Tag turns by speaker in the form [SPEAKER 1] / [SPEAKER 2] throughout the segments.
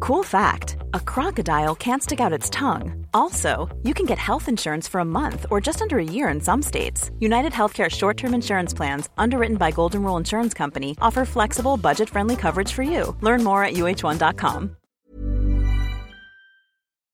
[SPEAKER 1] Cool fact a crocodile can't stick out its tongue. Also, you can get health insurance for a month or just under a year in some states. United Healthcare short term insurance plans, underwritten by Golden Rule Insurance Company, offer flexible, budget friendly coverage for you. Learn more at uh1.com.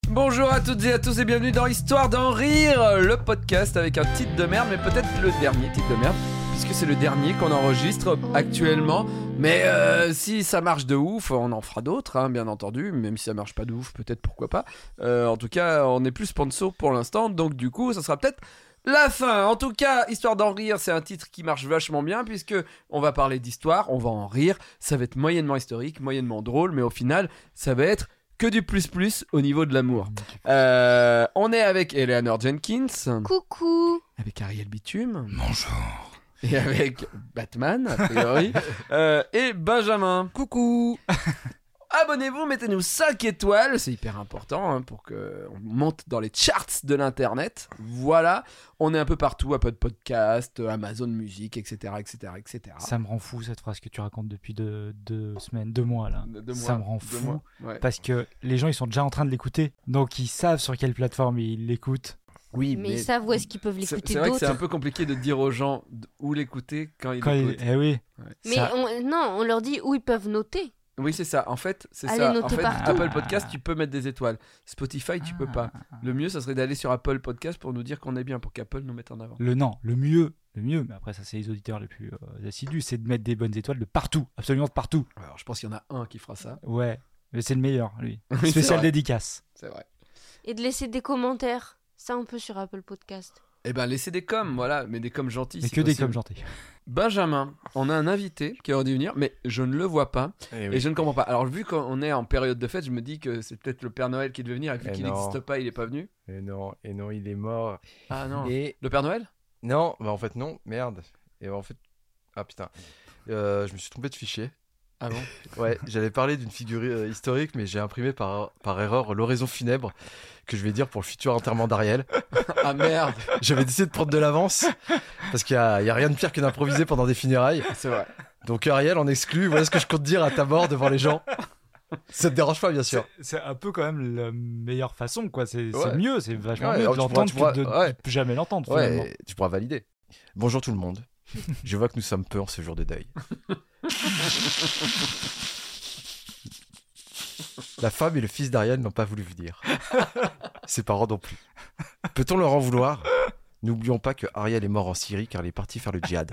[SPEAKER 2] Bonjour à toutes et à tous et bienvenue dans Histoire d'en rire, le podcast avec un titre de merde, mais peut-être le dernier titre de merde, puisque c'est le dernier qu'on enregistre actuellement. Mais euh, si ça marche de ouf, on en fera d'autres, hein, bien entendu. Même si ça marche pas de ouf, peut-être pourquoi pas. Euh, en tout cas, on n'est plus sponsor pour l'instant, donc du coup, ça sera peut-être la fin. En tout cas, Histoire d'en rire, c'est un titre qui marche vachement bien puisque on va parler d'histoire, on va en rire, ça va être moyennement historique, moyennement drôle, mais au final, ça va être que du plus plus au niveau de l'amour. Euh, on est avec Eleanor Jenkins,
[SPEAKER 3] Coucou
[SPEAKER 2] avec Ariel Bitume. Bonjour. Et avec Batman, a priori. Euh, et Benjamin. Coucou. Abonnez-vous, mettez-nous 5 étoiles, c'est hyper important hein, pour que on monte dans les charts de l'internet. Voilà, on est un peu partout, Apple Podcast, Amazon Music, etc., etc., etc.
[SPEAKER 4] Ça me rend fou cette phrase que tu racontes depuis deux, deux semaines, deux mois là.
[SPEAKER 2] De- de
[SPEAKER 4] ça me
[SPEAKER 2] moi,
[SPEAKER 4] rend
[SPEAKER 2] de
[SPEAKER 4] fou
[SPEAKER 2] moi, ouais.
[SPEAKER 4] parce que les gens ils sont déjà en train de l'écouter, donc ils savent sur quelle plateforme ils l'écoutent.
[SPEAKER 2] Oui,
[SPEAKER 3] Mais ils savent où est-ce qu'ils peuvent
[SPEAKER 2] C'est
[SPEAKER 3] l'écouter
[SPEAKER 2] c'est vrai que c'est un
[SPEAKER 3] d'autres.
[SPEAKER 2] peu compliqué de dire aux gens d- où l'écouter quand ils
[SPEAKER 4] Quand ils-
[SPEAKER 2] l'écoutent.
[SPEAKER 4] Eh oui.
[SPEAKER 3] Mais
[SPEAKER 4] Ça-
[SPEAKER 3] on- non, on leur dit où ils peuvent noter.
[SPEAKER 2] Oui, c'est ça. En fait, c'est
[SPEAKER 3] Allez
[SPEAKER 2] ça. En
[SPEAKER 3] noter
[SPEAKER 2] fait,
[SPEAKER 3] partout.
[SPEAKER 2] Apple Podcast, tu peux mettre des étoiles. Spotify, tu peux pas.
[SPEAKER 4] Ah.
[SPEAKER 2] Le mieux, ça serait d'aller sur Apple Podcast pour nous dire qu'on est bien, pour qu'Apple nous mette en avant.
[SPEAKER 4] Le non, le mieux, le mieux. Mais après ça c'est les auditeurs les plus euh, assidus, c'est de mettre des bonnes étoiles de partout, absolument de partout.
[SPEAKER 2] Alors, je pense qu'il y en a un qui fera ça.
[SPEAKER 4] Ouais. Mais c'est le meilleur, lui.
[SPEAKER 2] Oui, c'est
[SPEAKER 4] Spécial
[SPEAKER 2] vrai.
[SPEAKER 4] dédicace.
[SPEAKER 2] C'est vrai.
[SPEAKER 3] Et de laisser des commentaires. Ça, on peut sur Apple Podcast.
[SPEAKER 2] Eh ben, laissez des coms, voilà, mais des coms gentils.
[SPEAKER 4] Mais
[SPEAKER 2] si
[SPEAKER 4] que des
[SPEAKER 2] possible.
[SPEAKER 4] comme gentils.
[SPEAKER 2] Benjamin, on a un invité qui aurait dû venir, mais je ne le vois pas
[SPEAKER 5] Eh
[SPEAKER 2] et
[SPEAKER 5] oui.
[SPEAKER 2] je ne comprends pas. Alors, vu qu'on est en période de fête, je me dis que c'est peut-être le Père Noël qui devait venir et vu
[SPEAKER 5] Eh
[SPEAKER 2] qu'il
[SPEAKER 5] non.
[SPEAKER 2] n'existe pas, il n'est pas venu.
[SPEAKER 5] Et non, et non, il est mort.
[SPEAKER 2] Ah non.
[SPEAKER 5] Et
[SPEAKER 2] Le Père Noël
[SPEAKER 5] non, bah en fait non, merde. Et en fait, ah putain, Euh, je me suis trompé de fichier.
[SPEAKER 2] Ah bon
[SPEAKER 5] Ouais, j'allais parler d'une figure euh, historique, mais j'ai imprimé par, par erreur l'oraison funèbre que je vais dire pour le futur enterrement d'Ariel.
[SPEAKER 2] Ah merde,
[SPEAKER 5] J'avais décidé de prendre de l'avance parce qu'il y a, il y a rien de pire que d'improviser pendant des funérailles.
[SPEAKER 2] c'est vrai.
[SPEAKER 5] Donc Ariel, en exclut, voilà ce que je compte dire à ta mort devant les gens. Ça te dérange pas, bien sûr.
[SPEAKER 4] C'est un peu quand même la meilleure façon, quoi. C'est
[SPEAKER 5] c'est Ouais.
[SPEAKER 4] mieux, c'est vachement
[SPEAKER 5] Ouais, mieux
[SPEAKER 4] mieux
[SPEAKER 5] alors
[SPEAKER 4] de
[SPEAKER 5] de
[SPEAKER 4] l'entendre
[SPEAKER 5] tu pourras- tu l'entendre que
[SPEAKER 4] que de
[SPEAKER 5] pourras- de- ouais.
[SPEAKER 4] jamais l'entendre.
[SPEAKER 5] Ouais, et tu pourras valider. Bonjour tout le monde. Je vois que nous sommes peu en ce jour de deuil. La femme et le fils d'Ariel n'ont pas voulu venir. Ses parents non plus. Peut-on leur en vouloir N'oublions pas que Ariel est mort en Syrie car il est parti faire le djihad.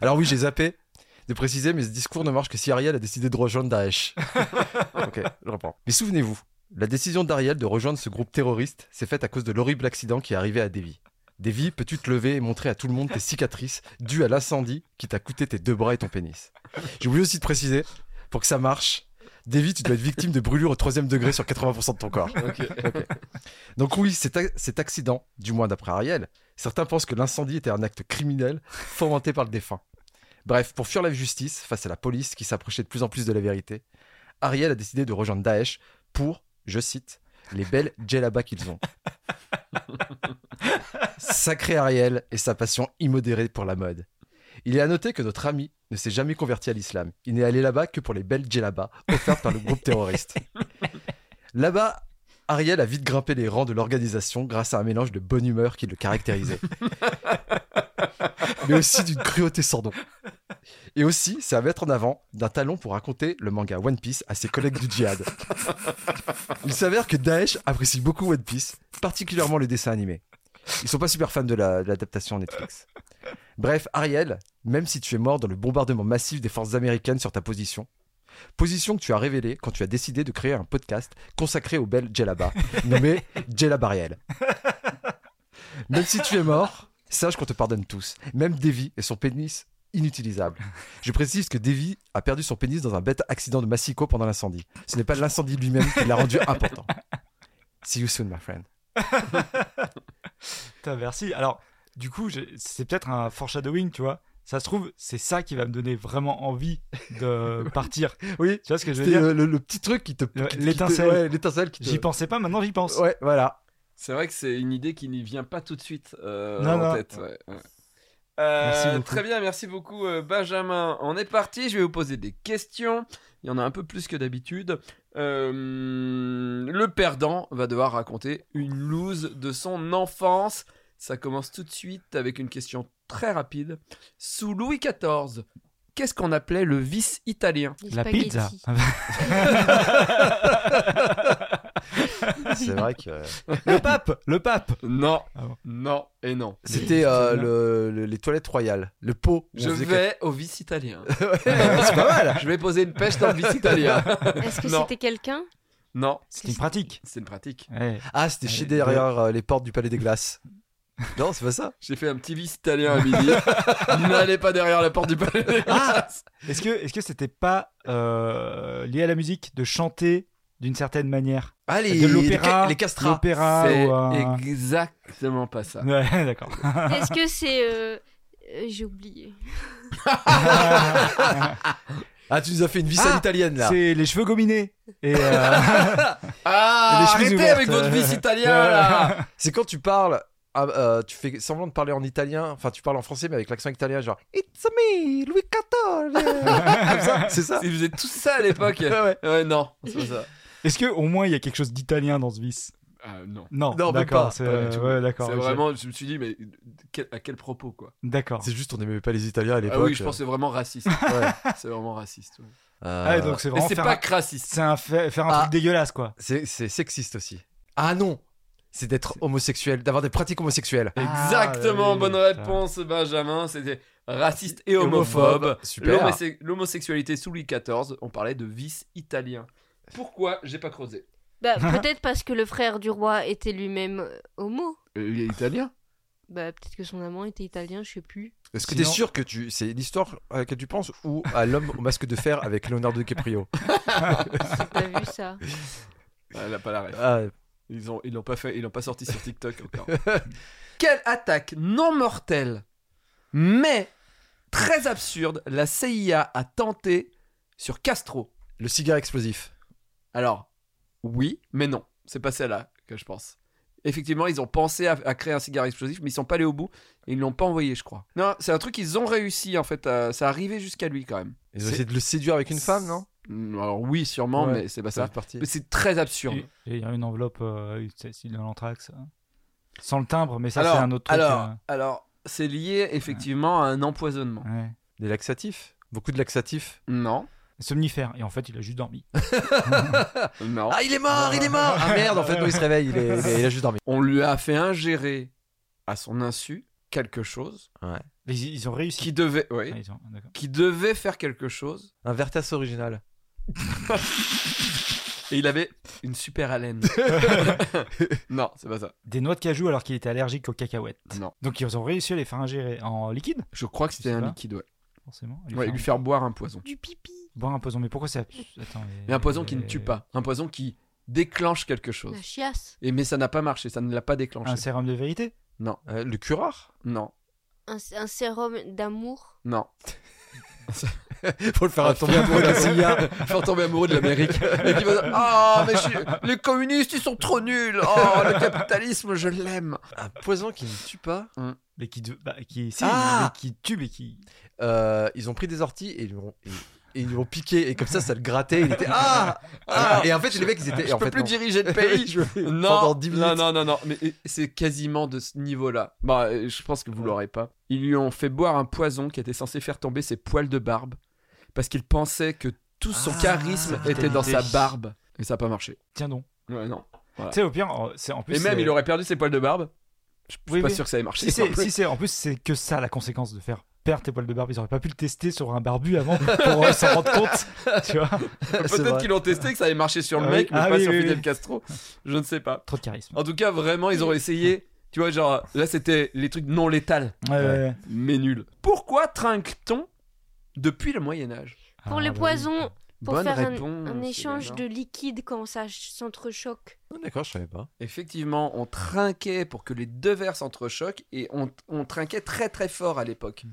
[SPEAKER 5] Alors oui, j'ai zappé de préciser, mais ce discours ne marche que si Ariel a décidé de rejoindre Daesh. ok, je reprends. Mais souvenez-vous, la décision d'Ariel de rejoindre ce groupe terroriste s'est faite à cause de l'horrible accident qui est arrivé à Davy. Davy, peux-tu te lever et montrer à tout le monde tes cicatrices dues à l'incendie qui t'a coûté tes deux bras et ton pénis J'ai oublié aussi de préciser, pour que ça marche, Davy, tu dois être victime de brûlures au troisième degré sur 80% de ton corps. Ok. Donc oui, cet, ac- cet accident, du moins d'après Ariel, certains pensent que l'incendie était un acte criminel fomenté par le défunt. Bref, pour fuir la justice face à la police qui s'approchait de plus en plus de la vérité, Ariel a décidé de rejoindre Daesh pour, je cite, les belles djellabas qu'ils ont. Sacré Ariel et sa passion immodérée pour la mode. Il est à noter que notre ami ne s'est jamais converti à l'islam. Il n'est allé là-bas que pour les belles djellabas offertes par le groupe terroriste. Là-bas, Ariel a vite grimpé les rangs de l'organisation grâce à un mélange de bonne humeur qui le caractérisait, mais aussi d'une cruauté sans nom. Et aussi, c'est à mettre en avant d'un talent pour raconter le manga One Piece à ses collègues du djihad. Il s'avère que Daesh apprécie beaucoup One Piece, particulièrement le dessin animé. Ils sont pas super fans de la- de l'adaptation Netflix. Bref, Ariel, même si tu es mort dans le bombardement massif des forces américaines sur ta position, position que tu as révélée quand tu as décidé de créer un podcast consacré aux belles Jellaba, nommé Jellab Ariel. Même si tu es mort, sache qu'on te pardonne tous, même Davy et son pénis inutilisable. Je précise que Davy a perdu son pénis dans un bête accident de Massico pendant l'incendie. Ce n'est pas l'incendie lui-même qui l'a rendu important. See you soon, my friend.
[SPEAKER 4] Putain, merci. Alors, du coup, j'ai- c'est peut-être un foreshadowing, tu vois. Ça se trouve, c'est ça qui va me donner vraiment envie de partir.
[SPEAKER 5] Oui,
[SPEAKER 4] Tu vois ce que je veux
[SPEAKER 5] c'était euh,
[SPEAKER 4] dire
[SPEAKER 5] le, le- le petit truc qui te.
[SPEAKER 4] Le-
[SPEAKER 5] qui- qui te-
[SPEAKER 4] l'étincelle.
[SPEAKER 5] ouais, l'étincelle qui te.
[SPEAKER 4] J'y pensais pas, maintenant j'y pense.
[SPEAKER 5] Ouais, voilà.
[SPEAKER 2] C'est vrai que c'est une idée qui n'y vient pas tout de suite euh,
[SPEAKER 4] Non,
[SPEAKER 2] en
[SPEAKER 4] non.
[SPEAKER 2] tête. ouais, ouais.
[SPEAKER 4] Merci
[SPEAKER 2] Euh,
[SPEAKER 4] beaucoup.
[SPEAKER 2] très bien, merci beaucoup euh, Benjamin. On est parti, je vais vous poser des questions. Il y en a un peu plus que d'habitude. Euh, le perdant va devoir raconter une loose de son enfance. Ça commence tout de suite avec une question très rapide. Sous Louis XIV, qu'est-ce qu'on appelait le vice italien
[SPEAKER 3] Les
[SPEAKER 4] La
[SPEAKER 3] spaghettis.
[SPEAKER 4] pizza.
[SPEAKER 5] C'est vrai
[SPEAKER 4] euh,
[SPEAKER 5] que
[SPEAKER 4] le pape, le pape.
[SPEAKER 2] Non,
[SPEAKER 4] Ah bon.
[SPEAKER 2] non et non.
[SPEAKER 5] c'était euh,
[SPEAKER 4] C'est bien.
[SPEAKER 5] le- le- les toilettes royales, le pot. où on
[SPEAKER 2] Je
[SPEAKER 5] faisait
[SPEAKER 2] vais au vice italien.
[SPEAKER 5] que- Ouais, c'est pas mal.
[SPEAKER 2] Je vais poser une pêche dans le vice italien.
[SPEAKER 3] Est-ce que
[SPEAKER 2] Non.
[SPEAKER 3] c'était quelqu'un
[SPEAKER 2] Non,
[SPEAKER 4] C'est une pratique.
[SPEAKER 2] c'est une pratique.
[SPEAKER 4] Ouais.
[SPEAKER 5] Ah, c'était chez
[SPEAKER 4] Allez,
[SPEAKER 5] derrière euh, les portes du Palais des Glaces. Non, c'est pas ça.
[SPEAKER 2] J'ai fait un petit vice italien à midi. N'allez pas derrière la porte du palais. des
[SPEAKER 4] Ah,
[SPEAKER 2] Glaces.
[SPEAKER 4] Est-ce que, est-ce que c'était pas euh, lié à la musique de chanter d'une certaine manière
[SPEAKER 5] Ah, les,
[SPEAKER 4] De
[SPEAKER 5] les,
[SPEAKER 4] l'opéra,
[SPEAKER 5] ca- les castrats.
[SPEAKER 4] l'opéra
[SPEAKER 2] Ah, c'est
[SPEAKER 4] ou un-
[SPEAKER 2] exactement pas
[SPEAKER 5] Ah.
[SPEAKER 2] ça.
[SPEAKER 4] Ouais, d'accord.
[SPEAKER 3] Est-ce que c'est. euh, euh, J'ai oublié.
[SPEAKER 5] Ah, tu nous as fait une vis
[SPEAKER 4] Ah,
[SPEAKER 5] à l'italienne là.
[SPEAKER 4] C'est les cheveux gominés. Et euh,
[SPEAKER 2] Ah,
[SPEAKER 4] Et les chemises
[SPEAKER 2] arrêtez
[SPEAKER 4] ouvertes,
[SPEAKER 2] avec votre
[SPEAKER 4] euh.
[SPEAKER 2] vice italien là.
[SPEAKER 5] C'est quand tu parles, ah, euh, tu fais semblant de parler en italien, enfin tu parles en français mais avec l'accent italien, genre It's me, Louis XIV. Comme ça, c'est ça.
[SPEAKER 2] Si vous êtes tous ça à l'époque.
[SPEAKER 5] Ouais, ouais.
[SPEAKER 2] Ouais, non, c'est pas ça.
[SPEAKER 4] est-ce que au moins il y a quelque chose d'italien dans ce vice
[SPEAKER 2] Ah, non.
[SPEAKER 4] Non,
[SPEAKER 5] Non, même
[SPEAKER 4] d'accord.
[SPEAKER 5] pas,
[SPEAKER 4] C'est
[SPEAKER 5] pas du tout.
[SPEAKER 4] ouais, d'accord.
[SPEAKER 2] C'est
[SPEAKER 4] ok.
[SPEAKER 2] vraiment, je me suis dit, mais quel- à quel propos quoi
[SPEAKER 4] D'accord.
[SPEAKER 5] C'est juste on n'aimait pas les Italiens à l'époque.
[SPEAKER 2] Ah oui, je pense que c'est vraiment raciste.
[SPEAKER 5] Ouais.
[SPEAKER 2] c'est vraiment raciste. ouais.
[SPEAKER 5] Euh,
[SPEAKER 4] Ah, et donc euh. c'est
[SPEAKER 2] Mais
[SPEAKER 4] vraiment
[SPEAKER 2] c'est
[SPEAKER 4] faire
[SPEAKER 2] pas
[SPEAKER 4] un-
[SPEAKER 2] craciste.
[SPEAKER 4] c'est un fait- faire un
[SPEAKER 5] Ah.
[SPEAKER 4] truc dégueulasse quoi.
[SPEAKER 5] c'est c'est sexiste aussi. Ah non, c'est d'être homosexuel, d'avoir des pratiques homosexuelles.
[SPEAKER 2] Exactement,
[SPEAKER 4] Ah, oui,
[SPEAKER 2] bonne
[SPEAKER 4] putain.
[SPEAKER 2] réponse, Benjamin. C'était raciste et homophobe.
[SPEAKER 5] Super.
[SPEAKER 2] L'homose- L'homosexualité sous Louis XIV, on parlait de vice italien. Pourquoi j'ai pas creusé
[SPEAKER 3] Bah, peut-être parce que le frère du roi était lui-même euh, homo.
[SPEAKER 2] Il est italien
[SPEAKER 3] Bah, peut-être que son amant était italien, je sais plus.
[SPEAKER 5] Est-ce que t'es
[SPEAKER 4] Sinon-
[SPEAKER 5] sûr que tu c'est l'histoire à laquelle tu penses ou à l'homme au masque de fer avec Leonardo DiCaprio
[SPEAKER 3] J'ai pas vu ça.
[SPEAKER 2] Elle a pas la ref.
[SPEAKER 5] Ah,
[SPEAKER 2] Ils ont, ils l'ont pas fait, ils l'ont pas sorti sur TikTok encore. Quelle attaque non mortelle, mais très absurde, la CIA a tenté sur Castro.
[SPEAKER 5] Le cigare explosif.
[SPEAKER 2] Alors, oui, mais non, c'est pas celle-là que je pense. Effectivement, ils ont pensé à, à créer un cigare explosif, mais ils sont pas allés au bout et ils l'ont pas envoyé, je crois. Non, c'est un truc qu'ils ont réussi en fait. à- ça arrivait jusqu'à lui quand même.
[SPEAKER 5] Ils ont essayé de le séduire avec une femme, non
[SPEAKER 2] Mm, Alors oui, sûrement,
[SPEAKER 5] Ouais,
[SPEAKER 2] mais c'est pas
[SPEAKER 5] Ça
[SPEAKER 2] ça.
[SPEAKER 5] fait partie.
[SPEAKER 2] Mais c'est très absurde.
[SPEAKER 4] Et et il y a une enveloppe, euh, c'est c'est de l'anthrax. hein. Sans le timbre, mais ça c'est
[SPEAKER 2] alors,
[SPEAKER 4] un autre truc. hein.
[SPEAKER 2] alors, alors, c'est lié effectivement à un empoisonnement.
[SPEAKER 4] euh, ouais.
[SPEAKER 5] Des laxatifs Beaucoup de laxatifs.
[SPEAKER 2] Non,
[SPEAKER 4] Somnifère. Et en fait, il a juste dormi.
[SPEAKER 2] non.
[SPEAKER 5] Ah, il est mort, il est mort Ah merde, en fait, non, il se réveille, il, est- il est- il a juste dormi.
[SPEAKER 2] On lui a fait ingérer à son insu quelque chose
[SPEAKER 4] Mais Ils, ils ont réussi.
[SPEAKER 2] qui devait, ouais,
[SPEAKER 4] Ah, ils ont- d'accord.
[SPEAKER 2] qui devait faire quelque chose.
[SPEAKER 5] Un Vertas original.
[SPEAKER 2] Et il avait une super haleine. non, c'est pas ça.
[SPEAKER 4] Des noix de cajou alors qu'il était allergique aux cacahuètes.
[SPEAKER 2] Ah, Non.
[SPEAKER 4] Donc ils ont réussi à les faire ingérer en liquide,
[SPEAKER 2] Je crois que c'était
[SPEAKER 4] Je sais
[SPEAKER 2] un
[SPEAKER 4] pas.
[SPEAKER 2] liquide, ouais.
[SPEAKER 4] forcément. à
[SPEAKER 2] Ouais, lui faire boire un poison.
[SPEAKER 3] Du pipi.
[SPEAKER 4] Boire un poison. Mais pourquoi ça Attends. Mais...
[SPEAKER 2] Mais un poison qui ne tue pas, un poison qui déclenche quelque chose.
[SPEAKER 3] La chiasse.
[SPEAKER 2] Et mais ça n'a pas marché, ça ne l'a pas déclenché.
[SPEAKER 5] Ah,
[SPEAKER 4] Un sérum de vérité.
[SPEAKER 5] Euh, le curare
[SPEAKER 2] non,
[SPEAKER 3] Un, un sérum d'amour.
[SPEAKER 2] non.
[SPEAKER 5] Faut le faire à tomber amoureux de la CIA.
[SPEAKER 2] Faire tomber amoureux de l'Amérique. Et qui va dire, Ah, mais je suis- les communistes, ils sont trop nuls. Oh, le capitalisme, je l'aime. Hum.
[SPEAKER 5] Un poison qui ne tue pas.
[SPEAKER 4] Mais qui, de- bah, qui, si,
[SPEAKER 5] Ah
[SPEAKER 4] mais qui tue, mais qui.
[SPEAKER 5] Euh, ils ont pris des orties et ils lui ont, et, et ils lui ont piqué. Et comme ça, ça le grattait. Il était. Ah, Ah Et en fait, les mecs, ils étaient.
[SPEAKER 2] Je
[SPEAKER 5] en
[SPEAKER 2] peux
[SPEAKER 5] fait,
[SPEAKER 2] plus
[SPEAKER 5] non.
[SPEAKER 2] diriger le pays.
[SPEAKER 5] Pendant
[SPEAKER 2] Non,
[SPEAKER 5] 10 minutes.
[SPEAKER 2] non, non, non, non, mais et- c'est quasiment de ce niveau-là. Bah, euh, je pense que vous l'aurez pas. Ils lui ont fait boire un poison qui était censé faire tomber ses poils de barbe parce qu'il pensait que tout son
[SPEAKER 5] Ah,
[SPEAKER 2] charisme
[SPEAKER 5] sa
[SPEAKER 2] était dans sa
[SPEAKER 4] vitalité.
[SPEAKER 2] barbe et ça n'a pas marché.
[SPEAKER 4] Tiens donc.
[SPEAKER 2] Ouais, non.
[SPEAKER 4] Tu sais, au pire, en- c'est en plus.
[SPEAKER 2] Ah. Et même,
[SPEAKER 4] c'est-
[SPEAKER 2] il aurait perdu ses poils de barbe. Je suis
[SPEAKER 4] Oui,
[SPEAKER 2] pas
[SPEAKER 4] oui.
[SPEAKER 2] sûr que ça ait marché.
[SPEAKER 4] Si c'est, si c'est, en plus, c'est que ça la conséquence de faire perdre tes poils de barbe. Ils auraient pas pu le tester sur un barbu avant pour euh, s'en rendre compte. Tu vois
[SPEAKER 5] C'est
[SPEAKER 2] Peut-être
[SPEAKER 5] vrai.
[SPEAKER 2] qu'ils l'ont testé, que ça avait marché sur le
[SPEAKER 4] Ah
[SPEAKER 2] mec,
[SPEAKER 4] oui.
[SPEAKER 2] mais
[SPEAKER 4] Ah
[SPEAKER 2] pas
[SPEAKER 4] oui,
[SPEAKER 2] sur
[SPEAKER 4] oui,
[SPEAKER 2] Fidel
[SPEAKER 4] oui.
[SPEAKER 2] Castro. Je ne sais pas.
[SPEAKER 4] Trop de charisme.
[SPEAKER 2] En tout cas, vraiment, ils ont essayé. Tu vois, genre, là, c'était les trucs non létals,
[SPEAKER 4] Ouais, ouais, ouais.
[SPEAKER 2] mais nuls. Pourquoi trinque-t-on depuis le Moyen-Âge
[SPEAKER 3] Pour
[SPEAKER 4] Ah,
[SPEAKER 3] les
[SPEAKER 4] bah oui.
[SPEAKER 3] poisons, pour
[SPEAKER 2] Bonne
[SPEAKER 3] faire un-
[SPEAKER 2] réponse,
[SPEAKER 3] un, échange
[SPEAKER 2] Elena.
[SPEAKER 3] de liquide quand ça ch- s'entrechoque.
[SPEAKER 5] Ah, D'accord, je savais pas.
[SPEAKER 2] Effectivement, on trinquait pour que les deux verres s'entrechoquent et on, on trinquait très très fort à l'époque.